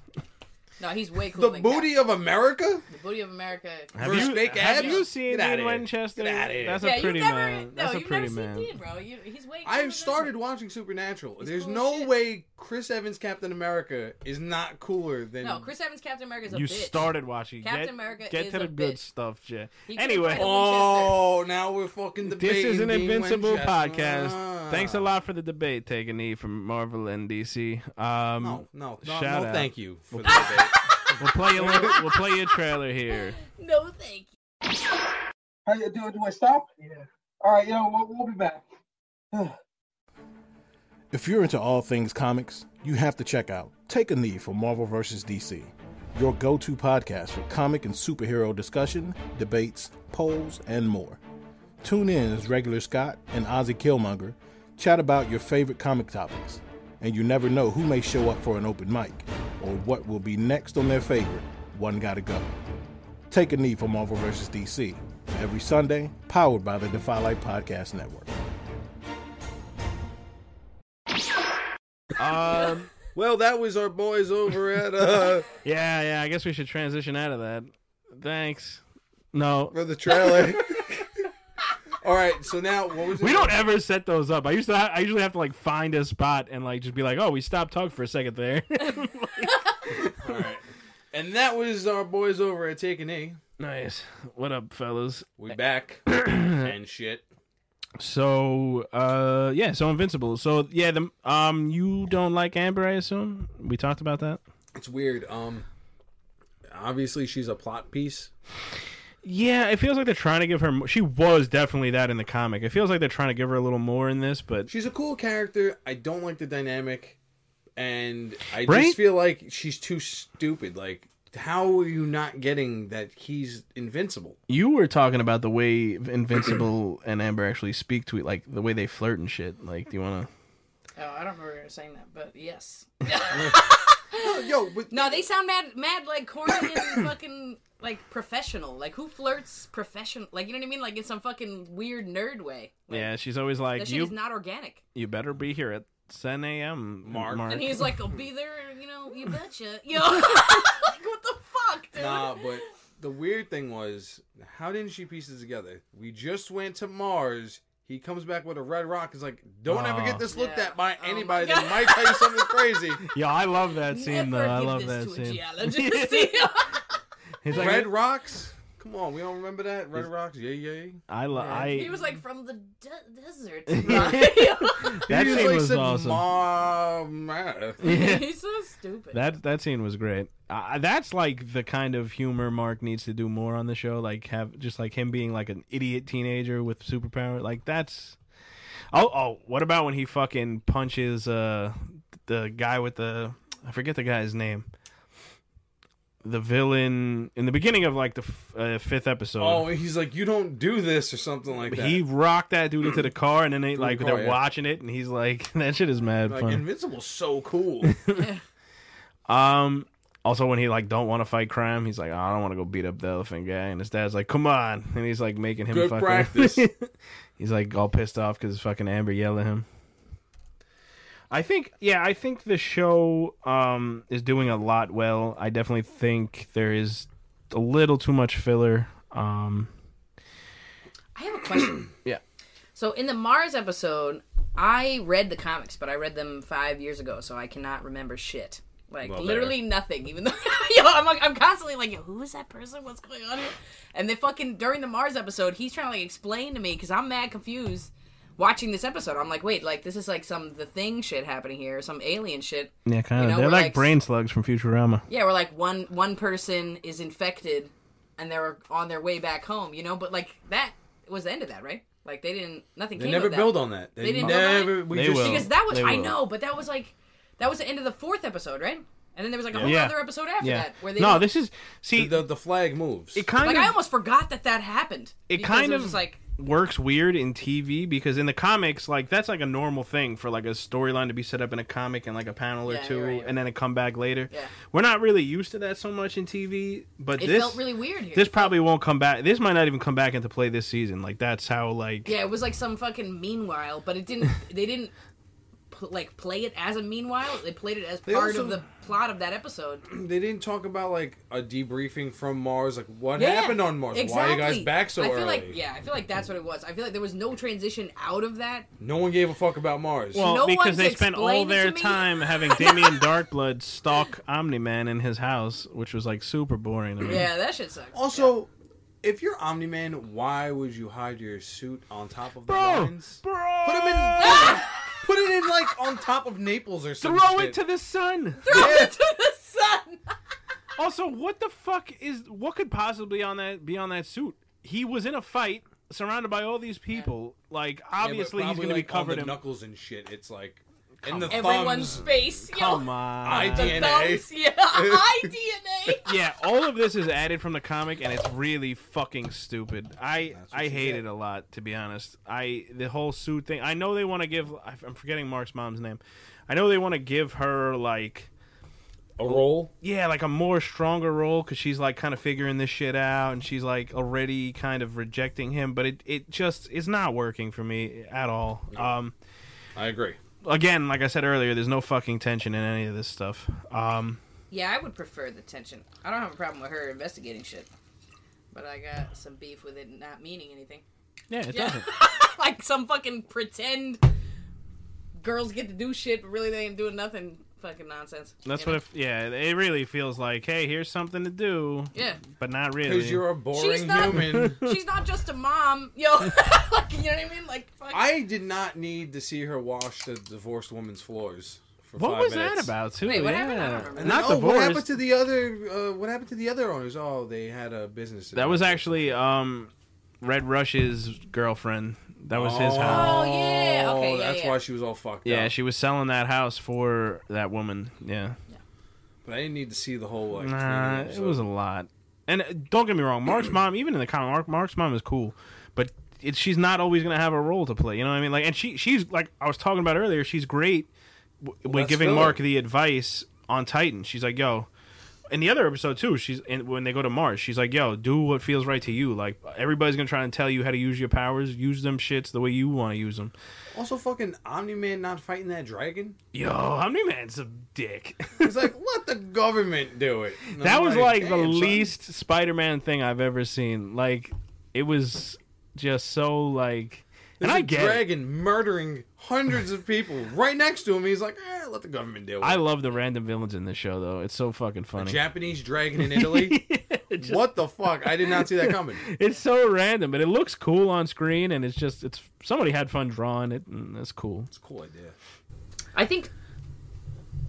No, he's way cooler
The
than
booty of America?
Cap. The booty of America.
Have
Versus
you,
fake
have
abs?
you seen
Get outta
Dean
here.
Winchester?
Get outta here.
That's a
yeah,
pretty
you've never.
man.
No,
That's a
you've
pretty
never
man.
seen Dean, bro. You, he's way. cooler than
I've started watching Supernatural. There's
cool as
no
shit.
way Chris Evans Captain America is not cooler than
No, Chris Evans, Captain America is a
You
bitch.
started watching.
Captain
get,
America
Get
is
to
a
the good
bitch.
stuff, Jay.
He couldn't
Anyway,
find a
Oh, now we're fucking debating.
this is an
Dean
Invincible
Winchester.
podcast.
Ah.
Thanks a lot for the debate, taking knee from Marvel and DC. Um,
No, no, no,
Shout
no
out.
thank you for the debate.
We'll play a little, we'll play your trailer here.
No, thank you.
How you do? Do I stop? Yeah. All right, yo, we'll, we'll be back.
If you're into all things comics, you have to check out Take a Knee for Marvel vs. DC, your go to podcast for comic and superhero discussion, debates, polls, and more. Tune in as regular Scott and Ozzy Killmonger chat about your favorite comic topics, and you never know who may show up for an open mic or what will be next on their favorite One Gotta Go. Take a Knee for Marvel vs. DC, every Sunday, powered by the Defy Light Podcast Network.
Um,
well, that was our boys over at. Uh,
yeah, yeah. I guess we should transition out of that. Thanks. No,
for the trailer. All right, so now what was it?
we don't ever set those up. I used to. Ha- I usually have to like find a spot and like just be like, oh, we stopped talking for a second there.
All right, and that was our boys over at Taken A.
nice. What up, fellas?
We back and shit.
So, uh, yeah. So invincible. So yeah. The um, you don't like Amber, I assume. We talked about that.
It's weird. Um, obviously she's a plot piece.
Yeah, it feels like they're trying to give her. mo- She was definitely that in the comic. It feels like they're trying to give her a little more in this, but
She's a cool character. I don't like the dynamic, and I
Right?
just feel like she's too stupid. Like, how are you not getting that he's invincible?
you were talking about the way Invincible and Amber actually speak to it, like the way they flirt and shit. Like, do you want to?
Oh, I don't remember saying that, but yes.
Yo, but
No, they sound mad, mad like corny and fucking like professional. Like who flirts professional? Like you know what I mean? Like in some fucking weird nerd way. Like,
Yeah, she's always
that
like,
shit
you
is not organic.
you better be here at 10 a.m.
Mark.
And he's like, "I'll be there," you know. You betcha. Yo, like what the fuck, dude?
nah, but the weird thing was, how didn't she piece it together? We just went to Mars. He comes back with a red rock. Is like, don't ever
Aw.
get this looked
Yeah.
at by
Oh my
anybody
God.
that might tell you something crazy.
yeah, I love that scene though.
Never
I
give
love
this
that
to a
scene.
geologist.
He's like,
Red rocks? Come on, we don't remember that. Red rocks? Yeah, yeah.
I lo- I.
he was like from the de- desert. Right?
that
He
scene
just, like,
was
said,
awesome.
"Mom, ah."
Yeah.
he's so stupid.
That that scene was great. Uh, that's like the kind of humor Mark needs to do more on the show. Like have just like him being like an idiot teenager with superpower. Like that's. Oh oh, what about when he fucking punches uh the guy with the I forget the guy's name. The villain in the beginning of like the f- uh, fifth episode.
Oh, he's like, you don't do this or something like that.
he rocked that dude into the car, and then they like
car,
they're
yeah.
watching it, and he's like, "That shit is mad
like,
fun."
Invincible's so cool.
Um. Also, when he like don't want to fight crime, he's like, "Oh, I don't want to go beat up the elephant guy. And his dad's like, "Come on!" And he's like making him
Good
fucking-
practice.
he's like all pissed off because fucking Amber yelled at him. I think, yeah, I think the show um is doing a lot well. I definitely think there is a little too much filler. Um,
I have a question.
Yeah.
So in the Mars episode, I read the comics, but I read them five years ago, so I cannot remember shit. Like
Well,
literally nothing. Even though yo, I'm like I'm constantly like, yo, who is that person? What's going on here? And then fucking during the Mars episode, he's trying to like explain to me because I'm mad confused watching this episode. I'm like, wait, like this is like some the thing shit happening here, some alien shit.
yeah, kind of.
You know,
They're
we're
like,
like-
brain slugs from Futurama.
Yeah, we're like one one person is infected, and they're on their way back home. You know, but like that was the end of that, right? Like they didn't nothing.
they
came
never
of that.
build on that. They,
They didn't build on
never.
it?
We
They
just
will.
Because that was
They
I
will.
know, but that was like that was the end of the fourth episode, right? And then there was like a whole
Yeah.
other episode after
Yeah.
that where they
No,
were-
this is see.
the, the flag moves.
it kind
like
of
I almost forgot that that happened.
it
because
kind
was
of
just like
works weird in TV because in the comics, like that's like a normal thing for like a storyline to be set up in a comic and like a panel or
Yeah,
two,
you're right, you're
and then it come back later.
Yeah.
We're not really used to that so much in TV, but
it
this
felt really weird here.
this probably won't come back. This might not even come back into play this season. Like that's how like
yeah, it was like some fucking meanwhile, but it didn't. They didn't pl- like play it as a meanwhile. They played it as part
also-
of the plot of that episode.
they didn't talk about like a debriefing from Mars. Like what
Yeah,
happened on Mars? Why are you guys
exactly.
back so
I feel
early?
like yeah, I feel like that's what it was. I feel like there was no transition out of that.
No one gave a fuck about Mars.
well
no
because
one
they spent all
explained it
their
to me.
time having Damien Darkblood stalk Omni Man in his house, which was like super boring to me.
Yeah, that shit sucks.
Oh,
also, if you're Omni Man, why would you hide your suit on top of the
Bro,
lines?
bro,
Put him in. put it in like on top of Naples or something.
throw it to the sun.
to the sun.
Also, what the fuck is what could possibly on that be on that suit? He was in a fight, surrounded by all these people. Like obviously he's going to be covered
in
in.
knuckles and shit. It's like in the
Everyone's
thumbs.
face. yo.
Come on.
I
The
DNA.
thumbs, yeah. I DNA.
yeah, all of this is added from the comic, and it's really fucking stupid. I
what
I
she
hate
said.
it a lot, to be honest. I the whole suit thing. I know they want to give. I- I'm forgetting Mark's mom's name. I know they want to give her like
A roll.
yeah, like a more stronger role because she's like kind of figuring this shit out, and she's like already kind of rejecting him. But it it just is not working for me at all. Um,
I agree.
again, like I said earlier, there's no fucking tension in any of this stuff. Um,
Yeah, I would prefer the tension. I don't have a problem with her investigating shit. but I got some beef with it not meaning anything.
Yeah, it doesn't.
like some fucking pretend girls get to do shit, but really they ain't doing nothing. Fucking nonsense.
That's
You
what.
know?
It, yeah, it really feels like, hey, here's something to do,
Yeah.
but not really.
Because you're a
She's
boring
not-
human.
She's not just a mom, yo. like, you know what I mean? Like, fuck.
I did not need to see her wash the divorced woman's floors. For
what
five
was
minutes.
that about too?
Wait, what
yeah.
happened? I don't remember.
And
Not
then, oh, What happened
divorced.
to the other? Uh, what happened to the other owners? Oh, they had a business.
That was actually um, Red Rush's girlfriend. That was his
Oh.
house.
oh yeah, okay,
oh,
yeah,
that's
yeah.
why she was all fucked
Yeah,
up.
she was selling that house for that woman. Yeah,
But I didn't need to see the whole like.
nah,
cleanup,
it
so-
was a lot. And uh, don't get me wrong, Mark's mom, even in the comic, Mark, Mark's mom is cool, but it, she's not always gonna have a role to play. You know what I mean? Like, and she, she's like I was talking about earlier. She's great w- with
that's
giving
filler.
Mark the advice on Titan. She's like, yo. In the other episode too, she's and when they go to Mars, she's like, "Yo, do what feels right to you. Like everybody's gonna try and tell you how to use your powers. Use them shits the way you want to use them."
also fucking Omni Man not fighting that dragon.
Yo, Omni Man's a dick.
It's like let the government do it. And
that
I'm
was like the
"Damn, son."
least Spider-Man thing I've ever seen. Like it was just so like, and
There's
I
a
get. It.
dragon murdering hundreds of people right next to him. He's like, eh, let the government deal with
I
it.
love the random villains in this show though. It's so fucking funny.
Japanese dragon in Italy.
Just-
what the fuck? I did not see that coming.
It's so random, but it looks cool on screen, and it's just it's somebody had fun drawing it, and that's cool.
It's a cool idea.
I think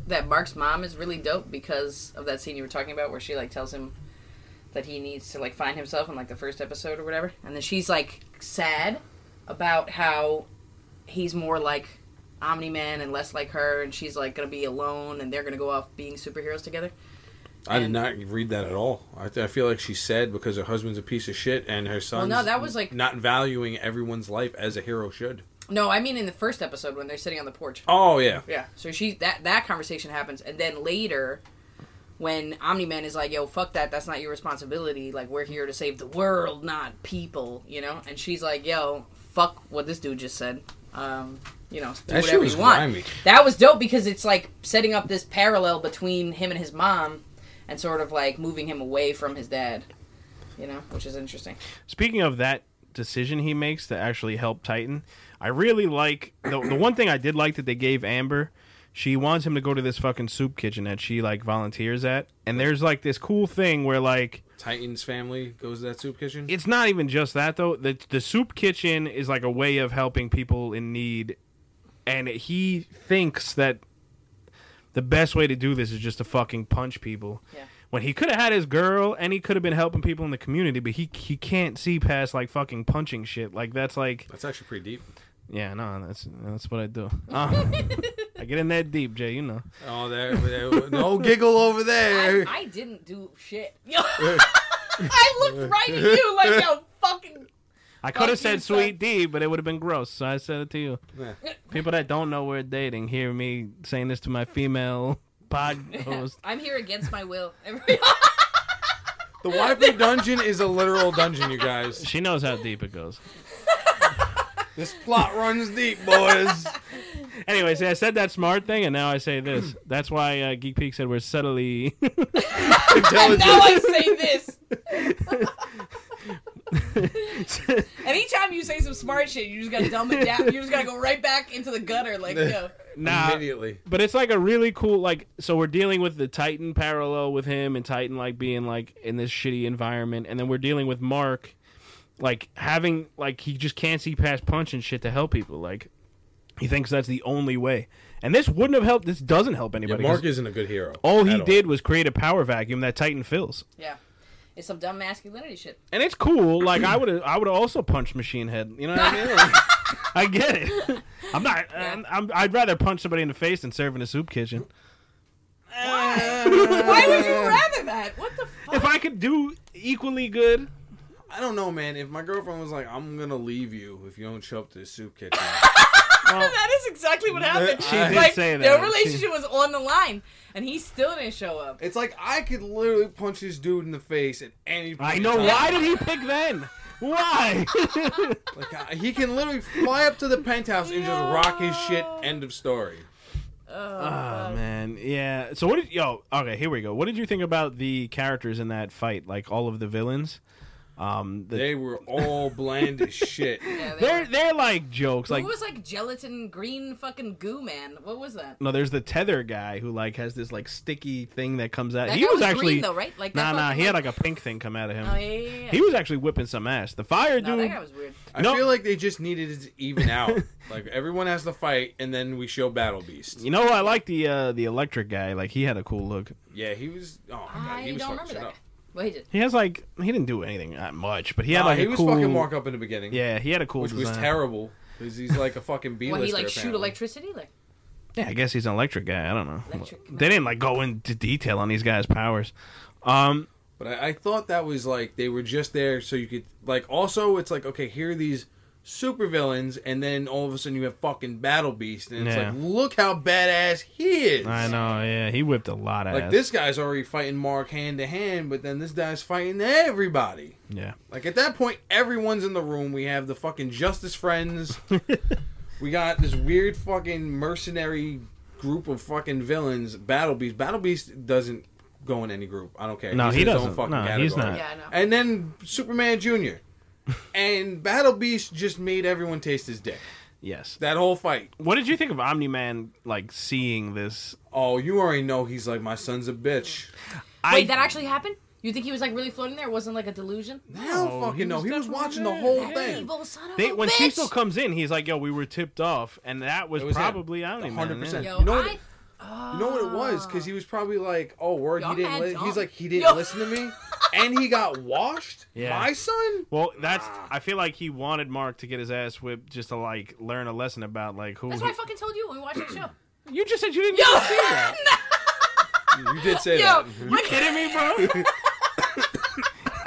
that Mark's mom is really dope because of that scene you were talking about where she like tells him that he needs to like find himself in like the first episode or whatever. And then she's like sad about how he's more like Omni Man and less like her and she's like gonna be alone and they're gonna go off being superheroes together.
I did not read that at all. I, I feel like she said because her husband's a piece of shit and her son's
no, that was like-
not valuing everyone's life as a hero should.
No, I mean in the first episode when they're sitting on the porch.
Oh yeah,
Yeah. So she that that conversation happens, and then later, when Omni Man is like, "Yo, fuck that. That's not your responsibility. Like, we're here to save the world, not people." You know. And she's like, "Yo, fuck what this dude just said. Um, you know, do
That shit
whatever
was
you want."
grimy.
That was dope because it's like setting up this parallel between him and his mom, and sort of like moving him away from his dad. You know, which is interesting.
Speaking of that decision he makes to actually help Titan, I really like the the one thing I did like that they gave Amber. She wants him to go to this fucking soup kitchen that she like volunteers at, and there's like this cool thing where like
Titan's family goes to that soup kitchen.
it's not even just that though. The the soup kitchen is like a way of helping people in need, and he thinks that the best way to do this is just to fucking punch people.
Yeah.
When he could have had his girl and he could have been helping people in the community, but he he can't see past like fucking punching shit. Like that's like
That's actually pretty deep.
yeah, no, that's that's what I do. Uh, I get in that deep, Jay. You know.
Oh, there, there- no giggle over
I,
there.
I didn't do shit. Yo, I looked right at you like, "Yo, fucking."
I could
you,
have said
son.
sweet D, but it would have been gross. So I said it to you. People that don't know we're dating hear me saying this to my female pod host.
I'm here against my will. Every-
the waifu dungeon is a literal dungeon, you guys.
She knows how deep it goes.
This plot runs deep, boys.
Anyway, see, I said that smart thing, and now I say this. That's why uh, Geek Peek said we're subtly.
and now I say this.
Anytime you say some smart shit, you just gotta dumb it down. You just gotta go right back into the gutter, like yo.
nah,
Immediately.
but it's like a really cool like. So we're dealing with the Titan parallel with him, and Titan like being like in this shitty environment, and then we're dealing with Mark, like having like he just can't see past punch and shit to help people. Like he thinks that's the only way, and this wouldn't have helped. This doesn't help
Yeah,
anybody. 'cause
Mark isn't a good hero.
all he
at
did was create a power vacuum that Titan fills.
Yeah, it's some dumb masculinity shit.
and it's cool. Like I would, I would also punch Machine Head. You know what I mean? Like, I get it. I'm not. I'm, I'm, I'd rather punch somebody in the face than serve in a soup kitchen.
Why would you rather that? What the fuck?
If I could do equally good,
I don't know, man. If my girlfriend was like, "I'm gonna leave you if you don't show up to the soup kitchen,"
well,
That is exactly what happened.
She did
like,
say that.
Their
She-
relationship was on the line, and he still didn't show up.
it's like I could literally punch this dude in the face at any. Point
I
in
know.
time.
Why did he pick then? Why?
Like I- he can literally fly up to the penthouse and just rock his shit. End of story.
oh man, yeah. So what did yo? Okay, here we go. What did you think about the characters in that fight? Like all of the villains. Um, the,
They were all bland as shit.
they're they're like jokes. Like
Who was like gelatin green fucking goo man? What was that?
no, there's the tether guy who like has this like sticky thing that comes out.
That
he
guy
was,
was green,
actually
though, right? Like, that
nah, nah.
fucking,
He had
like-
like a pink thing come out of him.
Oh, yeah, yeah, yeah.
He was actually whipping some ass. The fire
No,
dude.
that guy was weird.
I
No.
feel like they just needed it to even out. like everyone has to fight, and then we show Battle Beast.
You know, I like the uh, the electric guy. Like he had a cool look.
Yeah, he was. Oh my god,
I
he was fucking
don't remember
shut
that.
up.
Guy. Well, he did.
He has like he didn't do anything that much, but he had
Nah,
like
Uh, he
a
was
cool.
fucking Mark up in the beginning.
Yeah, he had a cool
which was
design.
terrible because he's like a fucking B
Well,
lister.
he like shoot electricity, like
Yeah, I guess he's an electric guy. I don't know.
Electric.
They didn't like go into detail on these guys' powers. Um,
But I, I thought that was like they were just there so you could like. Also, it's like okay, here are these supervillains, and then all of a sudden you have fucking Battle Beast, and it's
Yeah.
like look how badass he is.
I know. Yeah, he whipped a lot of
Like
ass.
this guy's already fighting Mark hand to hand, but then this guy's fighting everybody.
Yeah.
Like at that point, everyone's in the room. We have the fucking Justice Friends. we got this weird fucking mercenary group of fucking villains. Battle Beast. Battle Beast doesn't go in any group. I don't care.
No, he
in his own
doesn't. No, he's not.
yeah, I know.
And then Superman Junior. and Battle Beast just made everyone taste his dick.
Yes.
That whole fight.
What did you think of Omni Man? Like seeing this.
Oh, you already know he's like my son's a bitch.
Wait,
I,
that actually happened? You think he was like really floating there? It wasn't like a delusion?
Hell
he
fucking no.
was
He was
definitely
watching the
there.
whole
That
thing.
Evil son of
They,
a
when
bitch.
Cecil comes in, he's like, "Yo, we were tipped off," and that was,
It was him.
probably Omni Man.
100%.
yeah.
Yo,
You know what-
I,
You know what it was? Because he was probably like, "Oh, word,
Y'all
he didn't."
mad
Li-.
dumb.
He's like, he didn't
Yo.
listen to me, and he got washed.
Yeah.
My son.
Well, that's. I feel like he wanted Mark to get his ass whipped just to like learn a lesson about like who.
that's
he-
what I fucking told you when we watched the show.
you just said you didn't.
Yo,
You did say
yo,
that.
my
kidding me, bro?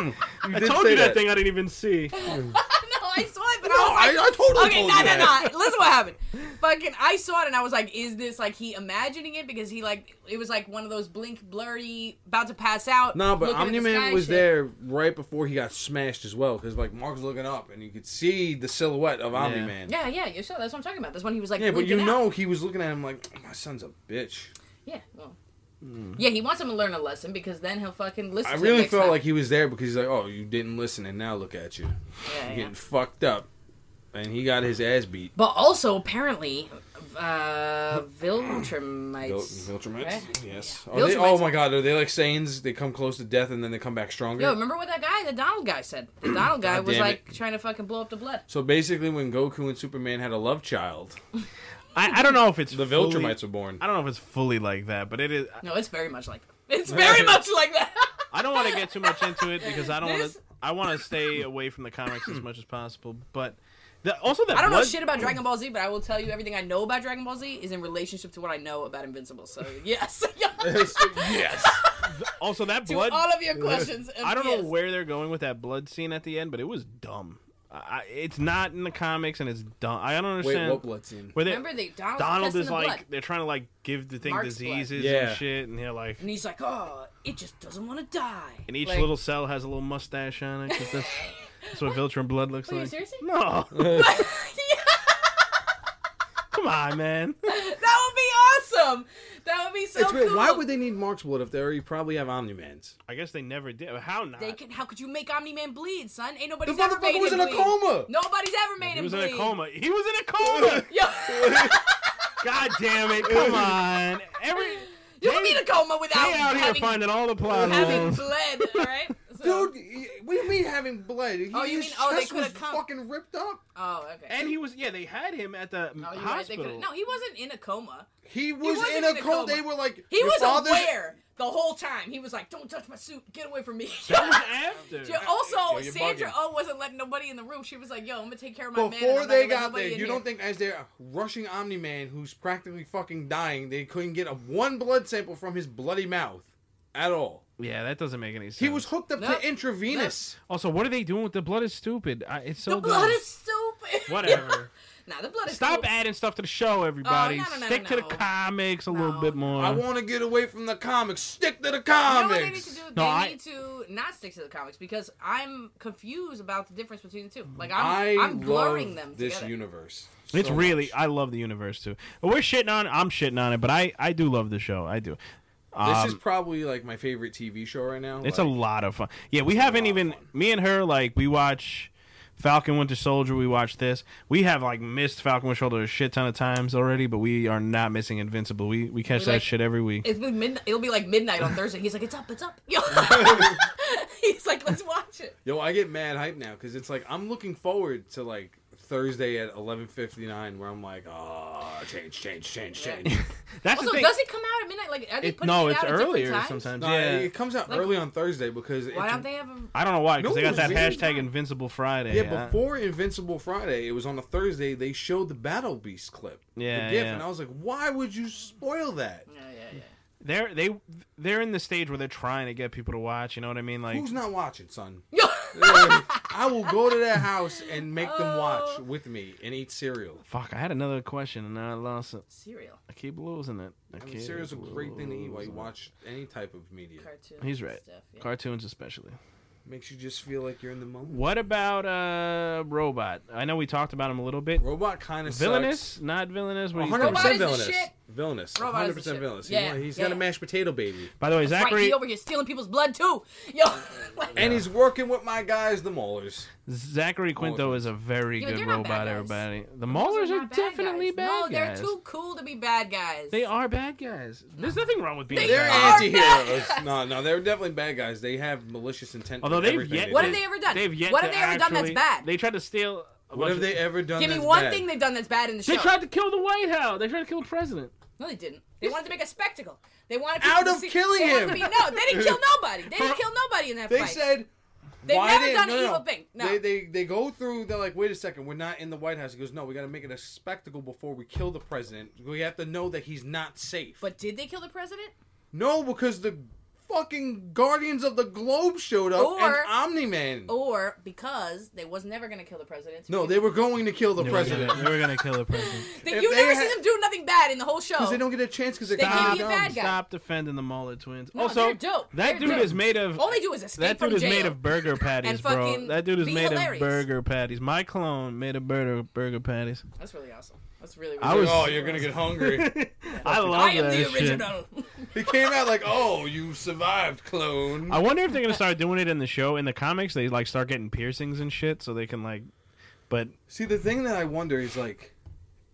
You
I
did
told
say
you that thing I didn't even see.
no, I saw it, but
No,
I
I,
was like,
I totally
okay,
told
no,
you
no,
that.
no. Listen, what happened? Fucking, I saw it and I was like, is this like he imagining it? Because he like, it was like one of those blink, blurry, about to pass out.
No, but
looking at the
Omni
sky
Man was
shit.
there right before he got smashed as well, because like Mark's looking up and you could see the silhouette of Omni Man.
Yeah, yeah, you saw. That's what I'm talking about. That's when he was like,
Yeah, but you
blinking out.
know he was looking at him like, "My son's a bitch."
Yeah, well. Yeah, he wants him to learn a lesson because then he'll fucking listen.
Hmm. I
to
really
next
felt
time.
like he was there because he's like, "Oh, you didn't listen, and now look at you,
Yeah,
You're
yeah.
getting fucked up," and he got his ass beat.
But also, apparently, uh, Viltrumites.
Vil- Viltrumites?
Right?
Yes.
Yeah.
Are they, oh
Viltrumites.
my god, are they like Saiyans? They come close to death and then they come back stronger?
Yo, remember what that guy, the Donald guy, said? The Donald guy
God
was
damn
like trying to fucking blow up the blood.
so basically, when Goku and Superman had a love child,
I, I don't know if it's
the
fully-
Viltrumites were born.
I don't know if it's fully like that, but it is.
No, it's very much like that. It's very much like that.
I don't want to get too much into it because I don't want
This-
to. I want to stay away from the comics as much as possible. But the, also that
I don't know
blood-
shit about Dragon Ball Z, but I will tell you everything I know about Dragon Ball Z is in relationship to what I know about Invincible. So yes,
yes.
Also that
to
blood.
all of your questions.
I don't
yes.
know where they're going with that blood scene at the end, but it was dumb. I, I- it's not in the comics and it's dumb. I don't
Wait,
understand.
what blood scene?
Where they,
Remember, they Donald's
Donald
testing
is
the
like
blood.
they're trying to like give the thing
Mark's blood.
diseases
Yeah.
and shit, and they're like,
and he's like, oh, it just doesn't want to die.
and each
Like-
little cell has a little mustache on it. 'cause that's, that's what Viltrum blood looks
Wait,
like.
seriously?
No, come on, man.
That would be awesome. That would be so
It's weird.
cool.
Why would they need Mark's blood if they already probably have Omni Man's?
I guess they never did. How not?
They could, how could you make Omni Man bleed, son? Ain't
The
nobody's ever made
motherfucker was
him
in a
bleed.
coma.
Nobody's ever made
he
him
was
bleed.
in a coma. He was in a coma.
Yo,
God damn it! Come on. Every
you can be in a coma without
they out here
having,
finding all the plot
having
holes.
bled, all right? So-
Dude, y- what do you mean having blood? He,
Oh, you
his
mean- oh, they
chest
coulda
was
come-
fucking ripped up.
Oh, okay.
And he was yeah. They had him at the
Oh, you're right. They
hospital.
could've- no, he wasn't in a coma.
He was
wasn't
in a
in a
coma.
coma.
They were like,
He
"Your
was
father's-"
aware the whole time. He was like, "Don't touch my suit. Get away from me."
that was after.
Yo, also,
Yo, you're
Sandra
bugging.
Oh wasn't letting nobody in the room. She was like, "Yo, I'm gonna take care of my man." and
Before
I'm not
they
gonna let
got
nobody
there,
in
you
here."
don't think as they're rushing Omni Man, who's practically fucking dying, they couldn't get a one blood sample from his bloody mouth at all.
Yeah, that doesn't make any sense.
He was hooked up
Nope.
to intravenous.
Also, what are they doing with the blood? Is stupid. I, it's so
the blood
dumb.
is stupid.
whatever.
nah, the blood is
Stop
cool.
adding stuff to the show, everybody.
Oh, no, no, no,
Stick
no,
to the
no.
comics a little
No,
bit
no.
more.
I want to get away from the comics. Stick to the
You know what they need to
comics.
do? They
No, I-
need to not stick to the comics because I'm confused about the difference between the two. Like
I
I'm, I'm blurring
love
them
this
together.
universe.
it's
so
really.
much.
I love the universe too. But we're shitting on. I'm shitting on it, but I I do love the show. I do.
This is probably like my favorite TV show right now.
um, It's
like,
a lot of fun. Yeah, we haven't even me and her like we watch Falcon Winter Soldier. We watch this. We have like missed Falcon Winter Soldier a shit ton of times already, but we are not missing Invincible. We we catch
We
that
like-
shit every week.
It's been midnight. It'll be like midnight on Thursday. He's like, it's up, it's up. Yo. He's like, let's watch it.
yo. I get mad hype now because it's like I'm looking forward to like Thursday at 11:59 where I'm like, ah, change, change, change, change.
That's
Also,
the thing.
does it come out at midnight? Like, are they
It-
putting
no,
it
it's
out at different
earlier
times?
sometimes.
No,
yeah.
it comes out
Like-
early on Thursday because
Why
it's,
don't they have a?
I don't know why because
No,
they got that
it's
hashtag Invincible Friday. uh,
Yeah,
I-
before Invincible Friday, it was on a Thursday. They showed the Battle Beast clip,
Yeah,
the GIF,
yeah.
and I was like, "Why would you spoil that?
they're they they're in the stage where they're trying to get people to watch. You know what I mean? Like
Who's not watching, son?
Yo.
I will go to their house and make
Oh.
them watch with me and eat cereal.
fuck, I had another question and now I lost it.
Cereal,
I keep losing it. I,
I mean,
keep
cereal's a great thing to eat while you
losing it.
watch any type of media.
cartoon.
He's right.
Stuff, yeah.
Cartoons especially.
Makes you just feel like you're in the moment.
What about uh Robot? I know we talked about him a little bit.
Robot kind of
villainous, not villainous. What do you
One hundred
think?
Robot
percent
is the
villainous.
shit.
Villainous. One
Robot is
hundred
the
percent
shit.
villainous.
Yeah,
He, has
yeah.
got a mashed potato baby,
By the way,
That's right,
Zachary
he over here stealing people's blood too. Yo, like,
and he's working with my guys, the Maulers.
Zachary Quinto is a very
Oh, Yeah, but
good
they're not bad
robot.
guys.
Everybody, the
those
Maulers are,
not
definitely
guys.
bad
No, they're
guys.
too cool to be bad guys.
They are bad guys. There's nothing wrong with being.
They
a
They're
bad
are
guy.
bad
anti-heroes. No, no, they're definitely bad guys. They have malicious intent.
Although
with
they've
everything
yet,
they
What
to-
have they ever done?
They've yet
What
to
have they ever done that's
actually-
bad?
They tried to steal. a
What
bunch
have
of-
they ever done?
Give me
that's
one
bad?
thing they've done that's bad in the show.
They tried to kill the White House. They tried to kill the president.
No, they didn't. They wanted to make a spectacle. They wanted
Out
people to
of
see-
killing
they wanted to
him.
Be, no, they didn't kill nobody. They didn't kill nobody in that
They
fight.
said.
They've
why
never
didn't-
done an
no, no, no.
evil thing. No.
They, they they go through. They're like, wait a second, we're not in the White House. He goes, no, we got to make it a spectacle before we kill the president. We have to know that he's not safe.
but did they kill the president?
no, because the fucking Guardians of the Globe showed up and
Or- Oh.
Omni Man.
Or because they was never going to kill the president?
No, they were going to kill the president
They were gonna kill the president.
They,
if
you
they
never
had-
see them do nothing bad in the whole show.
because they don't get a chance because they're
They can't
kind
be bad guy.
Stop defending the Mauler twins.
No,
also,
they're dope.
that
They're
dude
dope.
is made of.
All they do is escape
That
from
dude is
jail.
made of burger patties, bro.
fucking
That dude is
be
made
hilarious.
of burger patties. My clone made of burger burger patties.
That's really awesome. That's really. really
I was.
Oh, you're gonna get hungry.
I love
I am
that
the
shit.
original.
he came out like, "Oh, you survived, clone."
I wonder if they're gonna start doing it in the show. In the comics, they like start getting piercings and shit, so they can like. But
See, the thing that I wonder is like,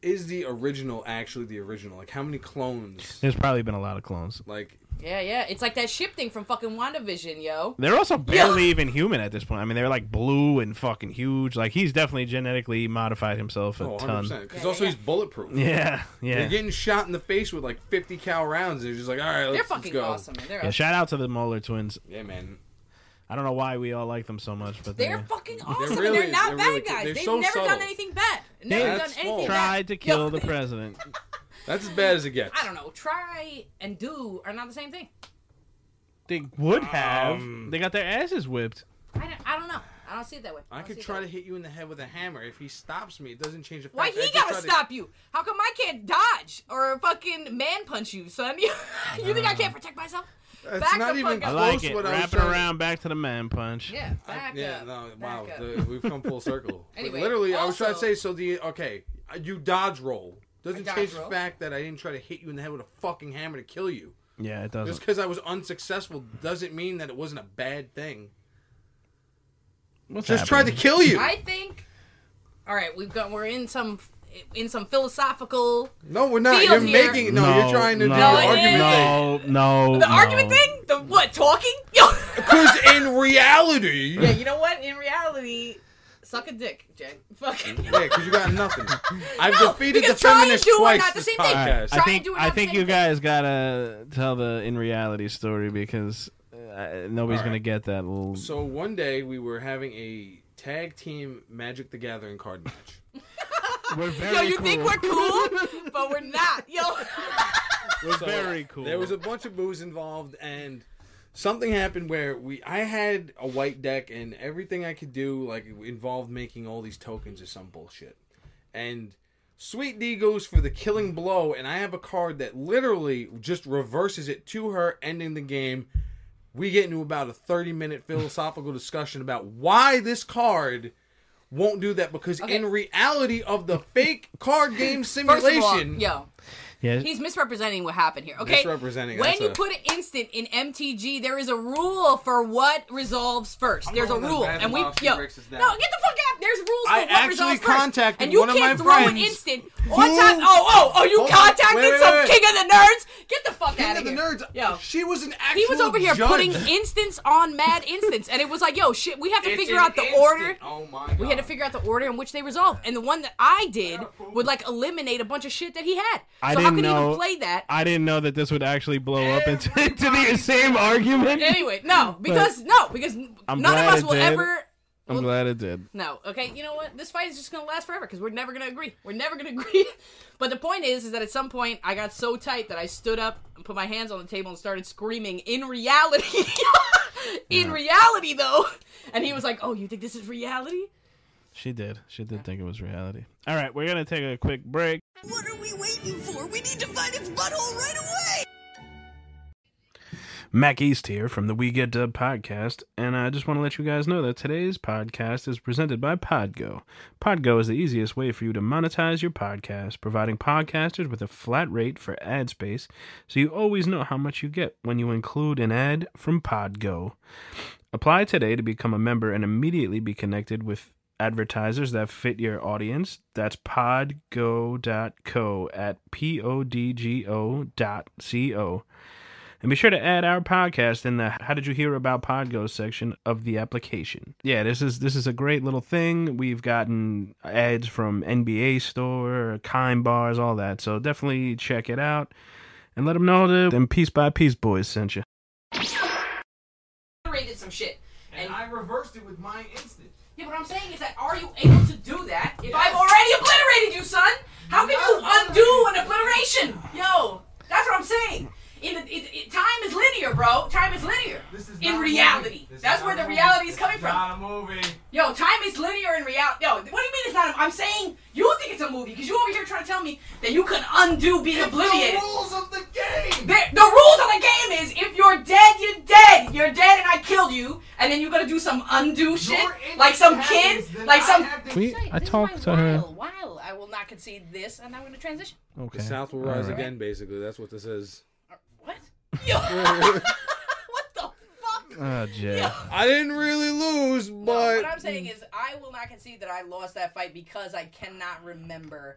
is the original actually the original? Like, how many clones?
there's probably been a lot of clones.
Like,
yeah, yeah. It's like that ship thing from fucking WandaVision, yo.
They're also barely even human at this point. I mean, they're like blue and fucking huge. Like he's definitely genetically modified himself a
oh, 100
ton.
percent. Because also he's bulletproof.
Yeah,
They're
yeah.
getting shot in the face with like 50 cal rounds. They're just like, all right, let's,
They're
let's
fucking
go.
awesome. Man. They're
yeah. Shout out to the Moeller twins.
Yeah, man.
I don't know why we all like them so much, but
They're
they-
fucking awesome. and
really-
they're not
they're
bad
really-
guys.
they're
They've
so
never done
subtle.
anything bad.
Yeah,
Never done
that's
anything
full.
bad.
tried to kill
Yo,
the president.
That's as bad as it gets.
I don't know. Try and do are not the same thing.
They would have. they got their asses whipped.
I don't, I don't know. I don't see it that way.
I
don't
could
see it
try
that
to
way.
hit you in the head with a hammer. If he stops me, it doesn't change the fact.
Why
that I
he
did
gotta
try to-
stop you? How come I can't dodge or fucking man punch you, son? you think I can't protect myself?
That's
Back
not
the
even
fuck
I
up.
close
like it.
what I was
Wrap it
trying to-
around back to the man punch.
Yeah, back
Yeah,
up.
no,
back
wow,
up.
the, we've come full circle. Like,
Anyway,
literally, I was trying to
also-
say. So the okay, you dodge roll doesn't
dodge
change
roll.
the fact that I didn't try to hit you in the head with a fucking hammer to kill you.
Yeah, it
Just
doesn't.
because I was unsuccessful doesn't mean that it wasn't a bad thing.
What's
Just tried to kill you.
I think. All right, we've got. We're in some in some philosophical.
No, we're not.
Field
You're
here.
making no, You're trying to
no,
do the argument
No, it is.
thing.
No, no,
The argument thing. The what? Talking? Yo.
Because in reality,
yeah,
yeah,
you know what? In reality, suck a dick, Jay. Fucking.
because you got nothing. I've
No,
defeated the
because try and
feminist
do are
twice
not the
this
same thing.
podcast.
Try
I
and
think
do it
I
on
think
the
you
same
guys gotta tell the in reality story because uh, nobody's
All right.
gonna get that little.
So one day we were having a tag team Magic the Gathering card match.
we're very
Yo, you think we're cool, but we're not. Yo.
We're very cool.
There was a bunch of booze involved, and something happened where we I had a white deck, and everything I could do like involved making all these tokens or some bullshit. And Sweet D goes for the killing blow, and I have a card that literally just reverses it to her, ending the game. We get into about a 30 minute philosophical discussion about why this card won't do that because in reality of the fake card game
First of all,
simulation
yo.
Yeah.
He's misrepresenting what happened here. Okay.
Misrepresenting,
When
that's
you
a-
put an instant in MTG, there is a rule for what resolves 1st There's a
the one that
rule,
grabs
and
the
we yo no
mouse
get
and breaks
the
his neck.
fuck out. There's rules for
I
what
actually
resolves first,
contacted
and you
one of
can't
my
throw an
friends
instant
who-
on time. Oh oh oh! You
Hold on.
contacted
Wait, wait,
some
wait.
king of the nerds. Get the fuck
King
out
of the
here.
nerds.
Yo.
She was an actual.
He was over here
judge.
putting instants on mad instants, and it was like, yo, shit, we have to
It's
figure
an
out the
instant.
order.
Oh my god.
We had to figure out the order in which they resolved, and the one that I did would like eliminate a bunch of shit that he had.
I
so
didn't
how could
know.
he even play that?
I didn't know that this would actually blow up into, into the same argument.
Anyway, no, because no, because
I'm
none
glad
of us
it
will
did.
ever.
I'm glad it did.
No, okay, you know what? This fight is just gonna last forever because we're never gonna agree. We're never gonna agree. but the point is, is that at some point I got so tight that I stood up and put my hands on the table and started screaming. In reality, in reality, though, and he was like, "Oh, you think this is reality?"
She did. She did think it was reality. All right, we're gonna take a quick break.
What are we waiting for? We need to find its butthole right away!
Mac East here from the We Get Dub podcast, and I just want to let you guys know that today's podcast is presented by Podgo. Podgo is the easiest way for you to monetize your podcast, providing podcasters with a flat rate for ad space, so you always know how much you get when you include an ad from Podgo. Apply today to become a member and immediately be connected with advertisers that fit your audience. That's podgo.co at p o d g o dot c o. And be sure to add our podcast in the "How did you hear about Podgo?" section of the application. Yeah, this is this is a great little thing. We've gotten ads from NBA Store, Kime Bars, all that. So definitely check it out and let them know that them piece by piece boys sent you.
Generated some shit. And
I reversed it with my instant.
yeah, what I'm saying is that are you able to do that if I've already obliterated you, son? How can you undo an obliteration? Yo, that's what I'm saying. In the, it, it, time is linear, bro. Time is linear.
This is
in
not
reality,
moving. This is
that's where
not
the
moving.
reality is coming from.
a movie.
Yo, time is linear in reality. Yo, what do you mean it's not? A, I'm saying you think it's a movie because you over here trying to tell me that you can undo being obliviated.
rules of the game.
The, the rules of the game is if you're dead, you're dead. You're dead, and I killed you. And then you're gonna do some undo shit, like some kid, like some.
I talked to her.
While I will not concede this, and I'm gonna transition.
Okay.
The South will rise again. Basically, that's what this is.
What? Yo, what the fuck?
Oh, Jay.
I didn't really lose,
No,
but
what I'm saying is, I will not concede that I lost that fight because I cannot remember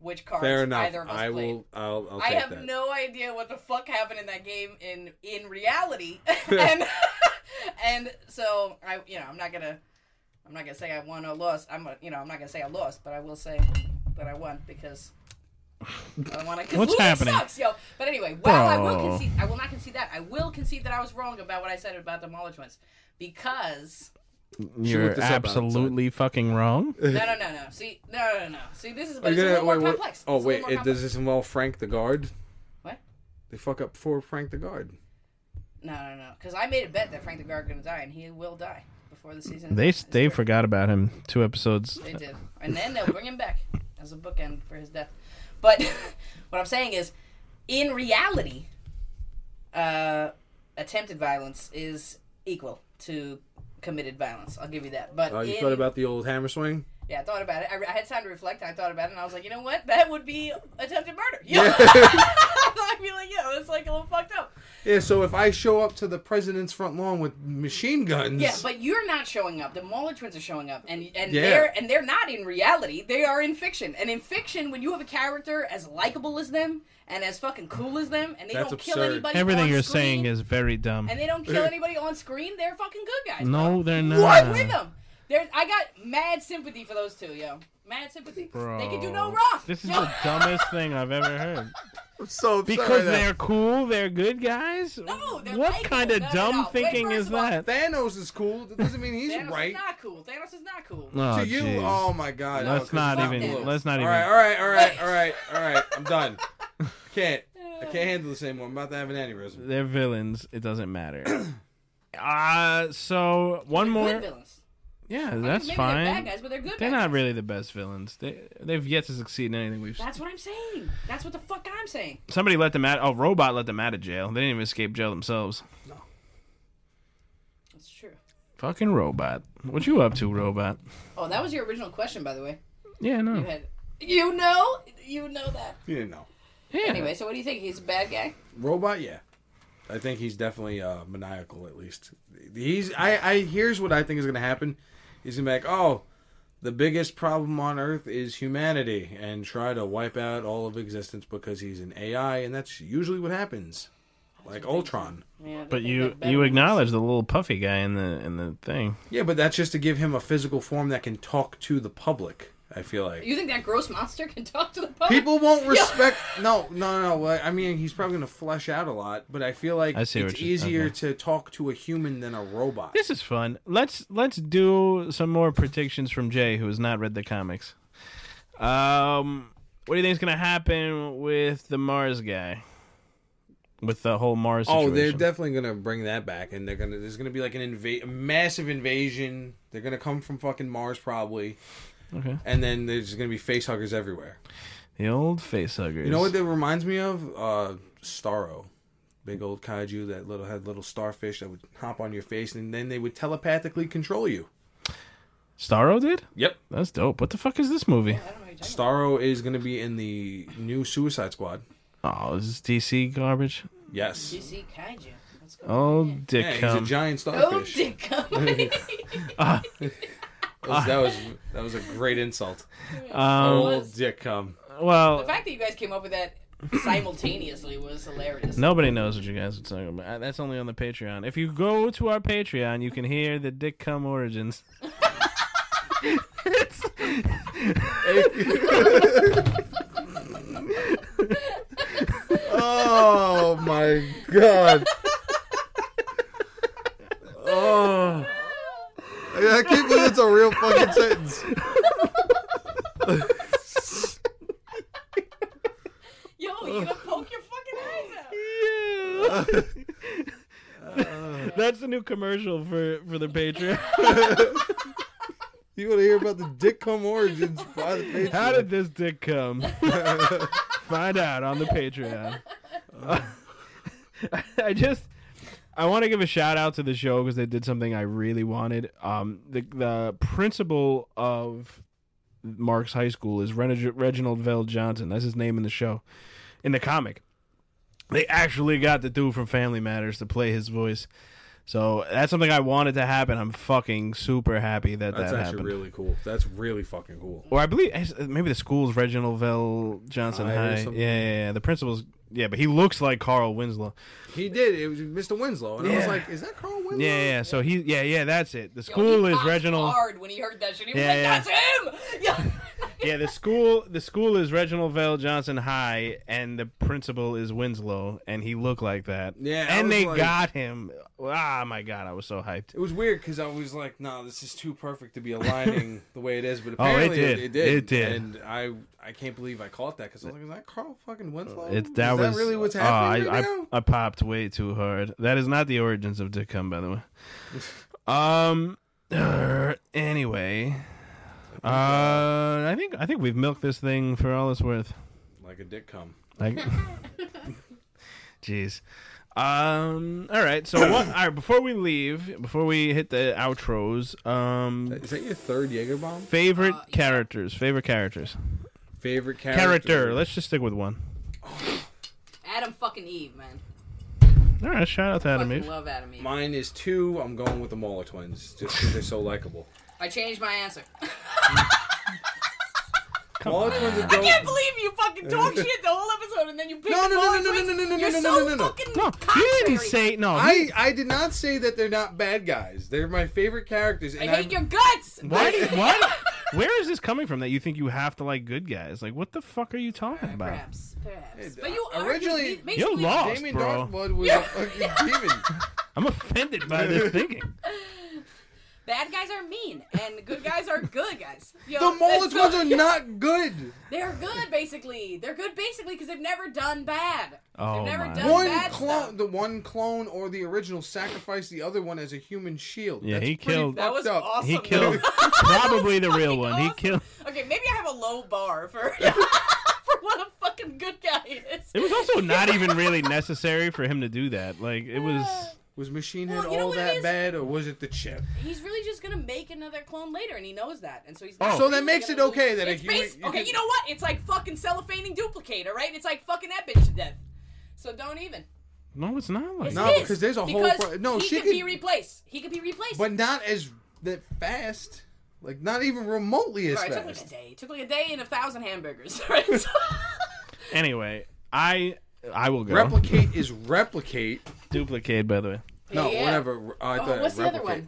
which cards
fair enough.
either of us
I
played.
will. I'll, I'll
I
take
have
that.
no idea what the fuck happened in that game in in reality, and and so I you know I'm not gonna I'm not gonna say I won or lost. I'm gonna, you know I'm not gonna say I lost, but I will say that I won because I want to.
What's happening?
Sucks, yo. But anyway, while I will
Bro.
Oh.
concede, I will not concede that. I will concede that I was wrong about what I said about the Molotowins because
looked
You're
this up
absolutely fucking wrong.
no no no no see no no no, no see this is but
Are you
it's a
gonna-
little more
wait, what-
complex.
Oh
It's a
wait,
little more
it, does
complex.
this involve Frank the guard?
what?
They fuck up for Frank the guard.
No, no, no. Because I made a bet that Frank the Guard gonna die, and he will die before the season.
They
is
they
over.
forgot about him two episodes.
They did, and then they'll bring him back as a bookend for his death. But what I'm saying is, in reality, uh, attempted violence is equal to committed violence. I'll give you that. But
Oh, you
in-
thought about the old hammer swing?
yeah, I thought about it. I, I had time to reflect. I thought about it, and I was like, you know what? That would be attempted murder. Yeah. I'd be like, yo, that's like a little fucked up.
Yeah. So if I show up to the president's front lawn with machine guns,
Yeah, but you're not showing up. The Mauler twins are showing up, and and
Yeah.
they're and they're not in reality. They are in fiction. And in fiction, when you have a character as likable as them and as fucking cool as them, and they
That's
don't kill
absurd.
anybody,
Everything
on
you're
screen,
saying is very dumb.
and they don't kill anybody on screen. They're fucking good guys.
No, they're
bro.
not.
What with them? There's, I got mad sympathy for those two, yo. Mad sympathy. They can do
Bro,
no wrong.
This is
yo.
the dumbest thing I've ever heard.
I'm so upset right
Because
now.
they're cool, they're good guys.
No, they're
what
likeable.
kind of
No, no,
dumb
no. Wait,
thinking
first
is
of all,
that?
Thanos is cool. That doesn't mean he's
Thanos
right.
is not cool. Thanos is not cool.
Oh,
to you,
jeez.
oh my god. no,
Let's
'cause
not
fuck
even-
Blue.
let's not
all
even-
All right, all right, all right, all right, all right. I'm done. I can't. I can't handle this anymore. I'm about to have an aneurysm.
They're villains. It doesn't matter. uh so one
Good
more.
villains.
Yeah, that's
Maybe
fine.
they're bad guys, but they're good.
They're
bad
not
guys.
really the best villains. They they've yet to succeed in anything we've.
That's what I'm saying. That's what the fuck I'm saying.
Somebody let them out. Oh, robot let them out of jail. They didn't even escape jail themselves.
That's true.
Fucking robot. What you up to, robot?
Oh, that was your original question, by the way.
Yeah, no.
You had, you know, you know that.
You didn't know.
Yeah.
Anyway, so what do you think? He's a bad guy?
Robot, yeah. I think he's definitely uh, maniacal. At least he's. I. I. Here's what I think is going to happen. He's going to be like, oh, the biggest problem on Earth is humanity, and try to wipe out all of existence because he's an AI, and that's usually what happens, like Ultron.
Yeah,
But you you acknowledge the little puffy guy in the in the thing.
Yeah, but that's just to give him a physical form that can talk to the public. I feel like
You think that gross monster can talk to the public?
people won't respect. No, no, no. well, I mean, he's probably going to flesh out a lot, but I feel like
I see
it's
what you-
easier
okay.
to talk to a human than a robot.
This is fun. Let's let's do some more predictions from Jay, who has not read the comics. Um, what do you think is gonna happen with the Mars guy? With the whole Mars situation?
Oh, they're definitely gonna bring that back, and they're gonna there's gonna be like an invade, massive invasion. They're gonna come from fucking Mars probably,
okay.
and then there's gonna be face huggers everywhere.
The old face huggers.
You know what that reminds me of? Uh, Starro, big old kaiju that little had little starfish that would hop on your face, and then they would telepathically control you.
Starro did?
Yep,
That's dope. What the fuck is this movie?
Starro is gonna be in the new Suicide Squad.
Oh, is this DC garbage?
Yes,
See kaiju. Let's go.
Oh,
yeah,
dick
he's a
cum.
giant
Oh,
starfish.
dick comedy.
That was- that was that was a great insult.
um,
Oh, dick cum.
the
well,
fact that you guys came up with that simultaneously was hilarious.
Nobody knows what you guys are talking about. Uh, That's only on the Patreon. If you go to our Patreon, you can hear the Dick Cum origins.
Oh my god. Oh. I can't believe it's a real fucking sentence.
Yo, you gonna poke your fucking eyes out?
Yeah. That's the new commercial for for the Patreon.
You want to hear about the dick cum origins by the page?
How did this dick come? Find out on the Patreon. I just I want to give a shout out to the show because they did something I really wanted. Um, the the principal of Mark's High School is Reg- Reginald Vell Johnson. That's his name in the show, in the comic. They actually got the dude from Family Matters to play his voice. So that's something I wanted to happen. I'm fucking super happy that
That's
that
actually
happened
really cool. That's really fucking cool.
or I believe eh, maybe the school's Reginald Vell Johnson
High or
High. Yeah,
something.
yeah, yeah. The principal's yeah, but he looks like Carl Winslow.
He did. It was Mr. Winslow, and I was
Yeah.
like, "Is that Carl Winslow?"
Yeah, yeah. yeah. So he yeah, yeah. That's it. The
Yo,
school
he
is
popped
Reginald.
Hard when he heard that shit, he was
Yeah,
like,
yeah.
"That's him." Yeah.
Yeah, the school the school is Reginald Vell Johnson High, and the principal is Winslow, and he looked like that.
Yeah, I
and
was
they
like-
got him. Ah, my god, I was so hyped.
It was weird because I was like, "No, this is too perfect to be aligning the way it is." But
Oh, it
apparently,
did.
It, did.
It did.
And I, I can't believe I caught that because I was like, "Is that Carl fucking Winslow?"
It,
is
that was
that really what's
oh,
happening
I,
right
I,
now?
I popped way too hard. That is not the origins of Dickum, by the way. um. er, anyway, uh, I think I think we've milked this thing for all it's worth.
Like a dick cum.
Like, jeez. Um. All right. So what? All right. Before we leave, before we hit the outros, um,
Is that your third Jaeger bomb?
favorite characters, favorite characters,
Favorite character?
character. Let's just stick with one.
Adam fucking Eve, man.
All right. Shout out to Adam.
Fucking
Eve.
love Adam Eve.
Mine is two. I'm going with the Mauler twins just 'cause they're so likable.
I changed my answer.
Mauler twins are
I can't
dope.
believe you fucking talk shit the whole episode and then you pick the
No, no, no,
wrong
no, no,
twins.
no, no, no, no,
You're
no,
so
no, no, no.
fucking
No,
contrary.
you didn't say no. he-
I, I did not say that they're not bad guys. They're my favorite characters.
I
And
hate
I'm-
your guts.
Why? do you- What? Where is this coming from? That you think you have to like good guys? Like, what the fuck are you talking about?
Perhaps, perhaps.
Hey,
But you are
originally-
you- basically-
You're lost,
Damien
bro.
Darkblood was a fucking demon.
I'm offended by this thinking.
Bad guys are mean, and good guys are good guys. Yo,
The Mauler
that's so-
twins are not good.
They're good, basically. They're good, basically, because they've never done bad.
Oh
never
my!
done
One
bad stuff.
clone, the one clone or the original sacrificed the other one as a human shield.
Yeah,
That's
he
pretty
killed- That
That
fucked
was
up.
awesome.
He killed probably the real one. He
awesome.
killed.
Okay, maybe I have a low bar for for what a fucking good guy is.
It was also not even really necessary for him to do that. Like it was.
Was Machine
Well,
Head
you know
all
what it
that
is?
bad, or was it the chip?
He's really just gonna make another clone later, and he knows that, and so he's.
Oh. So that makes it okay that
it's
if you-
base-
you
okay,
could-
you know what? It's like fucking cellophaning duplicate, all right? It's like fucking that bitch to death. So don't even.
No, it's not like
It's
No,
that.
his,
because there's a whole
because
pro- no,
he
she
could
could-
be replaced. He could be replaced.
But not as that fast. Like not even remotely as
All right, it took like a
fast.
day. It took like a day and a thousand hamburgers. Right? So-
Anyway, I I will go.
Replicate is replicate.
Duplicate, by the way.
No,
Yeah.
whatever. Uh, I
oh,
thought
what's the other
replicate.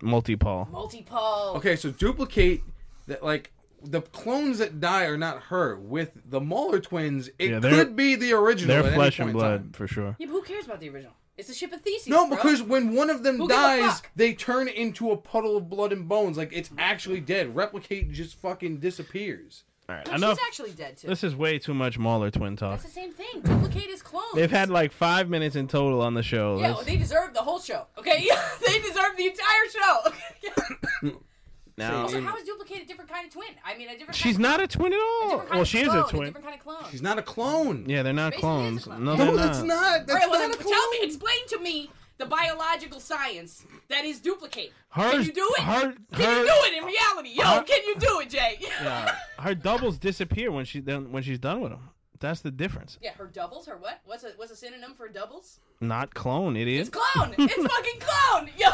one?
Multi Paul.
Multi-pole.
Okay, so duplicate that like the clones that die are not her. With the Mauler twins, it
Yeah, they're-
could be the original.
They're
at any
flesh
point
and
in
blood
time.
for sure.
Yeah, but who cares about the original? It's the ship of Theseus.
No,
bro.
because when one of them
Who give a
dies,
fuck?
they turn into a puddle of blood and bones. Like it's actually dead. Replicate just fucking disappears.
All right,
No,
enough.
she's actually dead too.
This is way too much Mauler twin talk.
That's the same thing. Duplicate his clones.
They've had like five minutes in total on the show.
Yeah,
Let's-
they deserve the whole show. Okay, yeah, they deserve the entire show. Okay.
now,
um,
also, how is duplicate a different kind of twin? I mean, a different.
she's
kind
not a twin at
Of,
all.
different kind
Well,
of
she
clone,
is a
A
twin.
different kind of clone.
She's not a clone.
Yeah, they're not
Basically,
clones.
it's a clone.
No,
No,
they're
that's
not.
not. That's
All right, well,
not
then
a clone.
tell me, explain to me the biological science that is duplicate. can
Hers-
you do it?
her-
can
her-
you do it in reality? Yo,
her-
can you do it, Jay?
Yeah. Her doubles disappear when she then when she's done with them. That's the difference.
Yeah, her doubles, her what? What's a what's a synonym for doubles?
Not clone, idiot.
It's clone. it's fucking clone. Yo.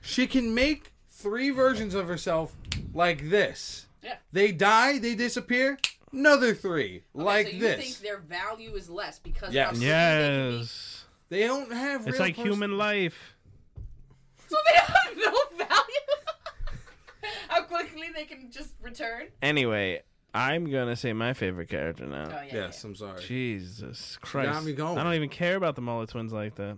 She can make three versions of herself like this.
Yeah.
They die, they disappear, another three like
so you
this.
think their value is less because
Yes.
of how stupid they can be.
yes.
they don't have.
It's
real
like
person-
human life.
So they have no value. How quickly they can just return.
Anyway, I'm gonna say my favorite character now.
Oh yeah.
Yes, I'm sorry.
Jesus Christ!
me going.
I don't even care about the Muller twins like that.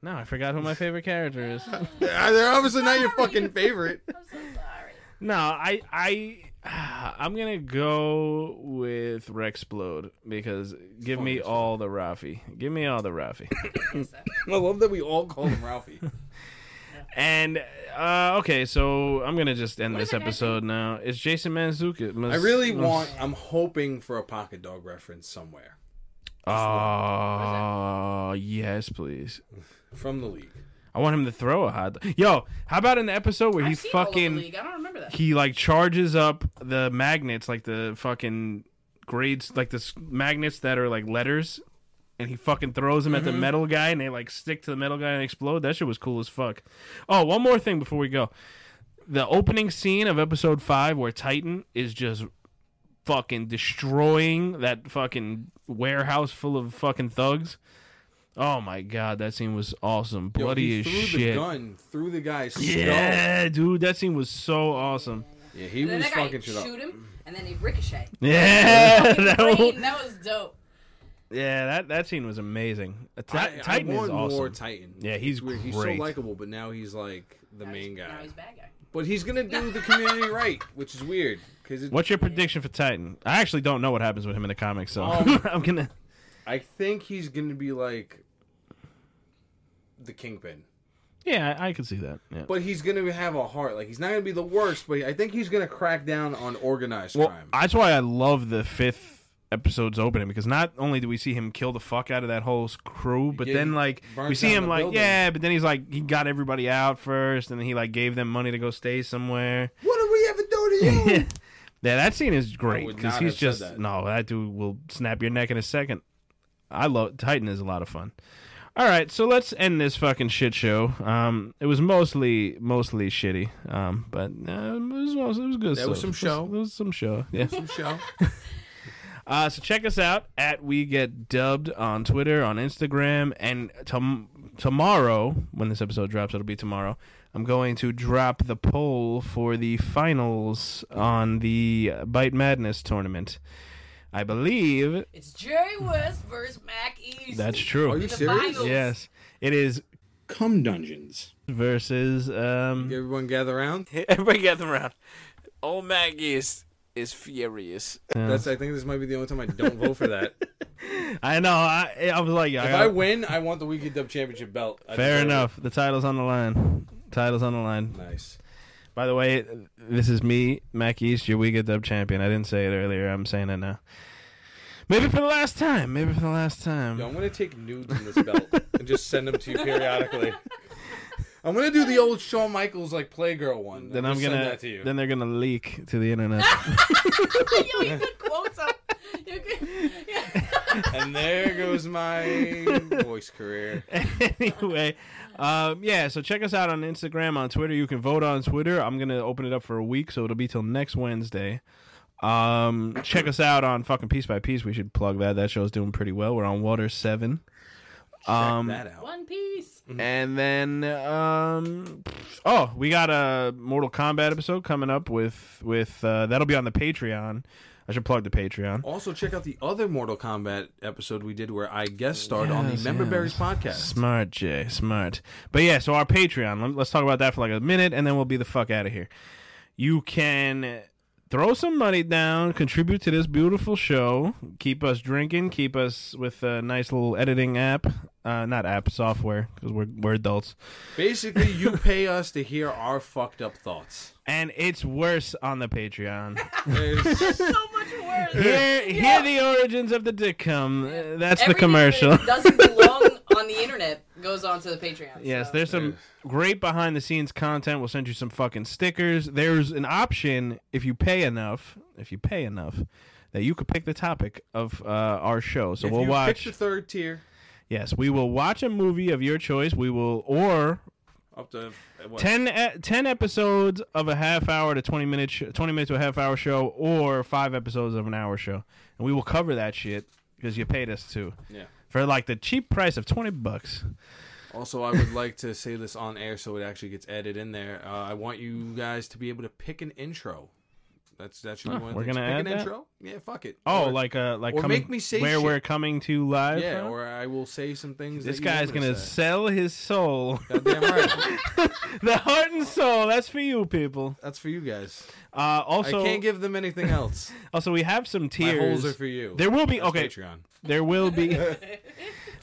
No, I forgot who my favorite character is.
They're obviously not your fucking favorite.
I'm so sorry.
No, I I I'm gonna go with Rexplode because give me all the Rafi. Give me all the Rafi.
I love that we all call him Ralphie.
and uh, okay, so I'm gonna just end this episode now. It's Jason Manzuka.
I really want. I'm hoping for a pocket dog reference somewhere
Oh Ah, yes, please.
from the league.
I want him to throw a hot. Dog. Yo, how about an episode where he
I've seen all over the
fucking
league. I don't remember that.
he like charges up the magnets like the fucking grades like the s- magnets that are like letters and he fucking throws them
Mm-hmm.
at the metal guy and they like stick to the metal guy and explode that shit was cool as fuck oh one more thing before we go the opening scene of episode 5 where titan is just fucking destroying that fucking warehouse full of fucking thugs oh my god that scene was awesome
Yo,
bloody
he
as
threw
shit
the gun through the guy's skull.
yeah dude that scene was so awesome
Yeah, he
And then
was
that guy
fucking shit
shoot
up.
him, and then he ricochet.
Yeah,
Fucking
that
brain,
one-
that was dope.
yeah, that that scene was amazing. Uh, Ti-
I- I
Titan is
want
awesome.
more Titan.
Yeah, he's
weird. He's so
great.
likable, but now he's like the
Now
main
he's-
guy.
Now he's bad guy.
But he's gonna do the community right, which is weird because
What's your prediction for Titan? I actually don't know what happens with him in the comics, so
Um,
I'm gonna.
I think he's gonna be like the kingpin,
Yeah, I, I could see that. Yeah.
but he's gonna have a heart. Like he's not gonna be the worst, but I think he's gonna crack down on organized
well,
crime.
that's why I love the fifth episode's opening because not only do we see him kill the fuck out of that whole s- crew, but
Yeah,
then
he
like
burnt
we see
down
him
the
like
building.
yeah, but then he's like he got everybody out first, and then he like gave them money to go stay somewhere.
what did we ever do to you?
yeah, that scene is great
would
because
not
he's
have said
just
that.
no. That dude will snap your neck in a second. I love Titan is a lot of fun. All right, so let's end this fucking shit show. Um, it was mostly mostly shitty, um, but uh, it was mostly, it was good.
There was some show.
It was some show. Yeah.
Show.
Uh, so check us out at We Get Dubbed on Twitter, on Instagram, and tom- tomorrow, when this episode drops, it'll be tomorrow. I'm going to drop the poll for the finals on the uh, Bite Madness tournament. I believe
It's Jerry West versus Mac East.
that's
Are
true.
you
the
serious?
finals.
Yes, it is
Come dungeons.
versus. Um,
Everyone gather around.
Everybody gather around. Old Maggie is, is furious.
That's. I think this might be the only time I don't vote for that.
I know. I, I was like, I
If
got-
I win, I want the Weekend Dub Championship belt. I
fair
deserve it.
enough. The title's on the line. Title's on the line.
Nice.
By the way, this is me, Mac East, your We Get Dub champion. I didn't say it earlier. I'm saying it now. Maybe for the last time. Maybe for the last time.
Yo, I'm gonna take nudes in this belt and just send them to you periodically. I'm gonna do the old Shawn Michaels like Playgirl one.
then
I'll
I'm
just
gonna.
send that to you.
Then they're gonna leak to the internet.
Yo, you put quotes up. You could-
and there goes my voice career.
anyway, um, yeah. So check us out on Instagram, on Twitter. You can vote on Twitter. I'm gonna open it up for a week, so it'll be till next Wednesday. Um, check us out on fucking piece by piece. We should plug that. That show's doing pretty well. We're on Water Seven. Um,
Check that out.
One Piece.
and then um oh we got a mortal kombat episode coming up with with uh that'll be on the patreon i should plug the patreon
Also, check out the other Mortal Kombat episode we did where I guest starred on the
Yes,
Member
yes.
Berries podcast.
smart jay smart but yeah so our patreon let- let's talk about that for like a minute and then we'll be the fuck out of here you can throw some money down contribute to this beautiful show keep us drinking keep us with a nice little editing app uh not app software because we're, we're adults
Basically, you pay us to hear our fucked up thoughts.
and it's worse on the patreon
It's-
So much worse.
Here, here the origins of the dick come. Uh, That's the
Everything
commercial.
that doesn't belong on the internet goes onto the Patreon.
Yes,
so.
there's some great behind the scenes content. We'll send you some fucking stickers. There's an option if you pay enough, if you pay enough, that you could pick the topic of uh, our show. So
if
we'll
you
watch.
pick the third tier
yes, we will watch a movie of your choice. We will or
up to uh, what,
10, e- 10 episodes of a half hour to 20 minute sh- 20 minutes to a half hour show or 5 episodes of an hour show. And we will cover that shit because you paid us to.
Yeah.
For like the cheap price of 20 bucks.
Also, I would like to say this on air so it actually gets edited in there. Uh, I want you guys to be able to pick an intro. That's that should be one. of the
we're
things.
gonna
pick
add
an
that?
intro. Yeah, fuck it.
Oh,
Or-
like uh like
or
coming,
make me say
where
shit.
we're coming to live.
yeah,
from?
or I will say some things.
this
that you want
guy's
me to
gonna
say.
sell his soul,
Goddamn right.
the heart and soul. That's for you people.
That's for you guys.
Uh, also,
I can't give them anything else.
also we have some
My
tiers.
holes are for you.
There will be
That's
okay.
Patreon.
There will be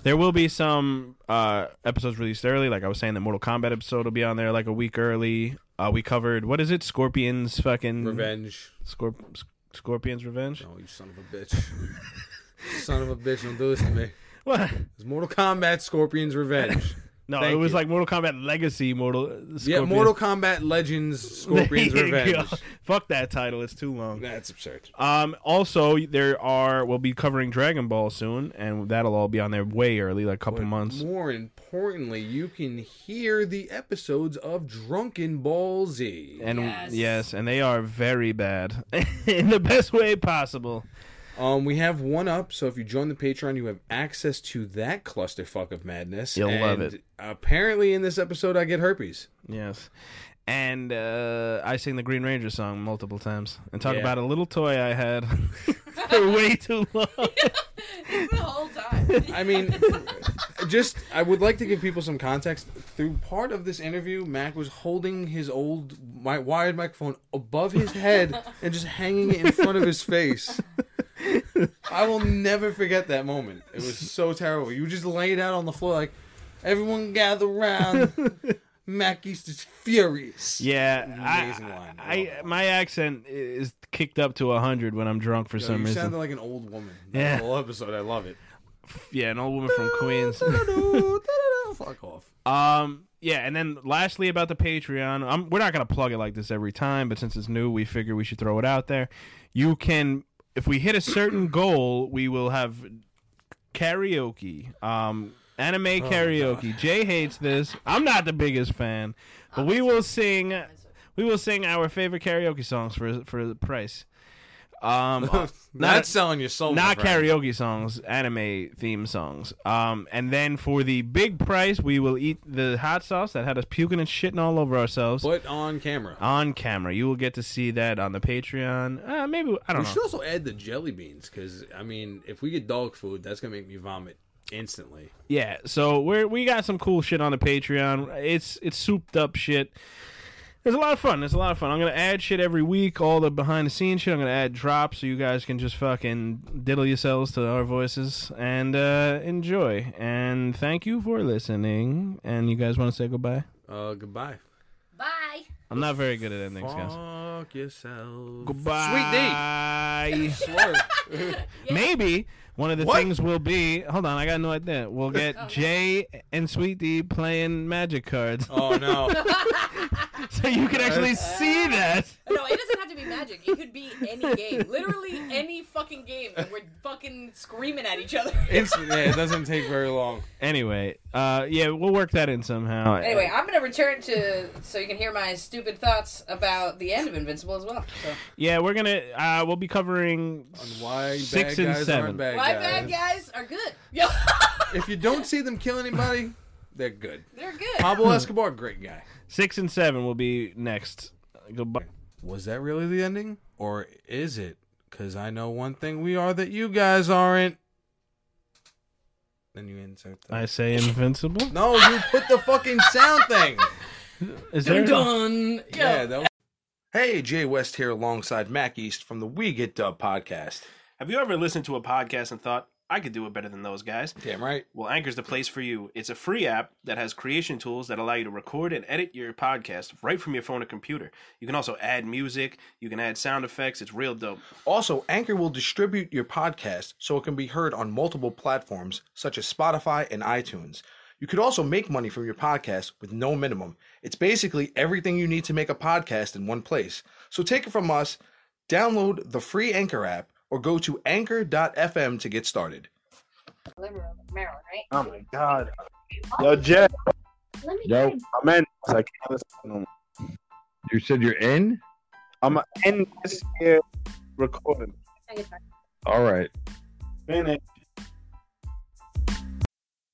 there will be some uh, episodes released early. Like I was saying, the Mortal Kombat episode will be on there like a week early. Uh, we covered what is it? Scorpion's fucking
Revenge.
Scorp- Scorpion's revenge.
Oh, you son of a bitch. son of a bitch, don't do this to me.
What?
It's Mortal Kombat Scorpion's Revenge.
No,
Thank
it was
you.
like Mortal Kombat Legacy. Mortal.
Yeah,
Scorpion's-
Mortal Kombat Legends Scorpion's
There you go.
Revenge.
Fuck that title. It's too long.
That's absurd.
Um, also, there are we'll be covering Dragon Ball soon, and that'll all be on there way early, like a couple months.
More importantly, you can hear the episodes of Drunken Ball Z
And yes.
Yes.
and they are very bad in the best way possible.
Um, we have one up, so if you join the Patreon, you have access to that clusterfuck of madness.
You'll love
And
it.
Apparently, in this episode, I get herpes.
Yes, and uh, I sing the Green Ranger song multiple times and talk
Yeah.
about a little toy I had for way too long.
the whole time.
I mean, just I would like to give people some context. Through part of this interview, Mac was holding his old my wired microphone above his head and just hanging it in front of his face. I will never forget that moment. It was so terrible. You just laid out on the floor like, everyone gather round. Mac East is furious.
Yeah,
Amazing
I,
line. I love
I,
that line.
my accent is kicked up to hundred when I'm drunk for
Yo,
some
you
reason.
sounded like an old woman. That
Yeah.
whole episode, I love it.
yeah, an old woman from Queens.
Fuck off.
Um, yeah, and then lastly about the Patreon, um, we're not gonna plug it like this every time, but since it's new, we figure we should throw it out there. You can, if we hit a certain goal, we will have karaoke, um, anime karaoke. Jay hates this. I'm not the biggest fan, but we will sing, we will sing our favorite karaoke songs for for the price. Um,
Not selling your soul. my
not
friend.
karaoke songs, anime theme songs. Um, and then for the big price, we will eat the hot sauce that had us puking and shitting all over ourselves
But on camera.
on camera. You will get to see that on the Patreon. Uh, maybe I don't
We
know.
should also add the jelly beans because I mean, if we get dog food, that's gonna make me vomit instantly.
Yeah, so we're we got some cool shit on the Patreon. It's it's souped up shit. It's a lot of fun. It's a lot of fun. I'm gonna add shit every week, all the behind the scenes shit. I'm gonna add drops so you guys can just fucking diddle yourselves to our voices and uh, enjoy. And thank you for listening. And you guys want to say goodbye?
Uh, goodbye.
Bye.
I'm not very good at endings, guys.
Fuck. fuck yourself.
Goodbye.
Sweet D. Swerve.
Maybe one of the
What?
things will be. Hold on, I got no idea. We'll get Jay and Sweet D playing Magic cards.
Oh no!
so you can actually see that.
No, it doesn't have to be magic. It could be any game. Literally any fucking game. And we're fucking screaming at each other.
It's, yeah, it doesn't take very long.
Anyway, uh, yeah, we'll work that in somehow.
Anyway, I'm gonna return to so you can hear my stupid thoughts about the end of Invincible as well. So.
yeah, we're gonna uh, we'll be covering
Why
six
bad
and
guys
seven.
Aren't bad
My
guys.
bad guys are good. Yo,
If you don't see them kill anybody, they're good.
they're good.
Pablo Escobar, great guy.
Six and seven will be next. Goodbye.
Was that really the ending, or is it? Because I know one thing we are that you guys aren't. Then you insert. The...
I say invincible.
No, you put the fucking sound thing.
Is there?
Done.
Yeah, that was... Hey, Jay West here alongside Mac East from the We Get Dub podcast.
Have you ever listened to a podcast and thought, I could do it better than those guys?
Damn right.
Well, Anchor's the place for you. It's a free app that has creation tools that allow you to record and edit your podcast right from your phone or computer. You can also add music, you can add sound effects. It's real dope.
Also, Anchor will distribute your podcast so it can be heard on multiple platforms such as Spotify and iTunes. You could also make money from your podcast with no minimum. It's basically everything you need to make a podcast in one place. So take it from us, download the free Anchor app or go to anchor.fm to get started.
Liberal, Maryland, right?
Oh my god. Yo, Jay.
Let me
Yo,
try-
I'm in. I can't listen no more.
You said you're in?
I'm in this here recording.
All right.
Finish.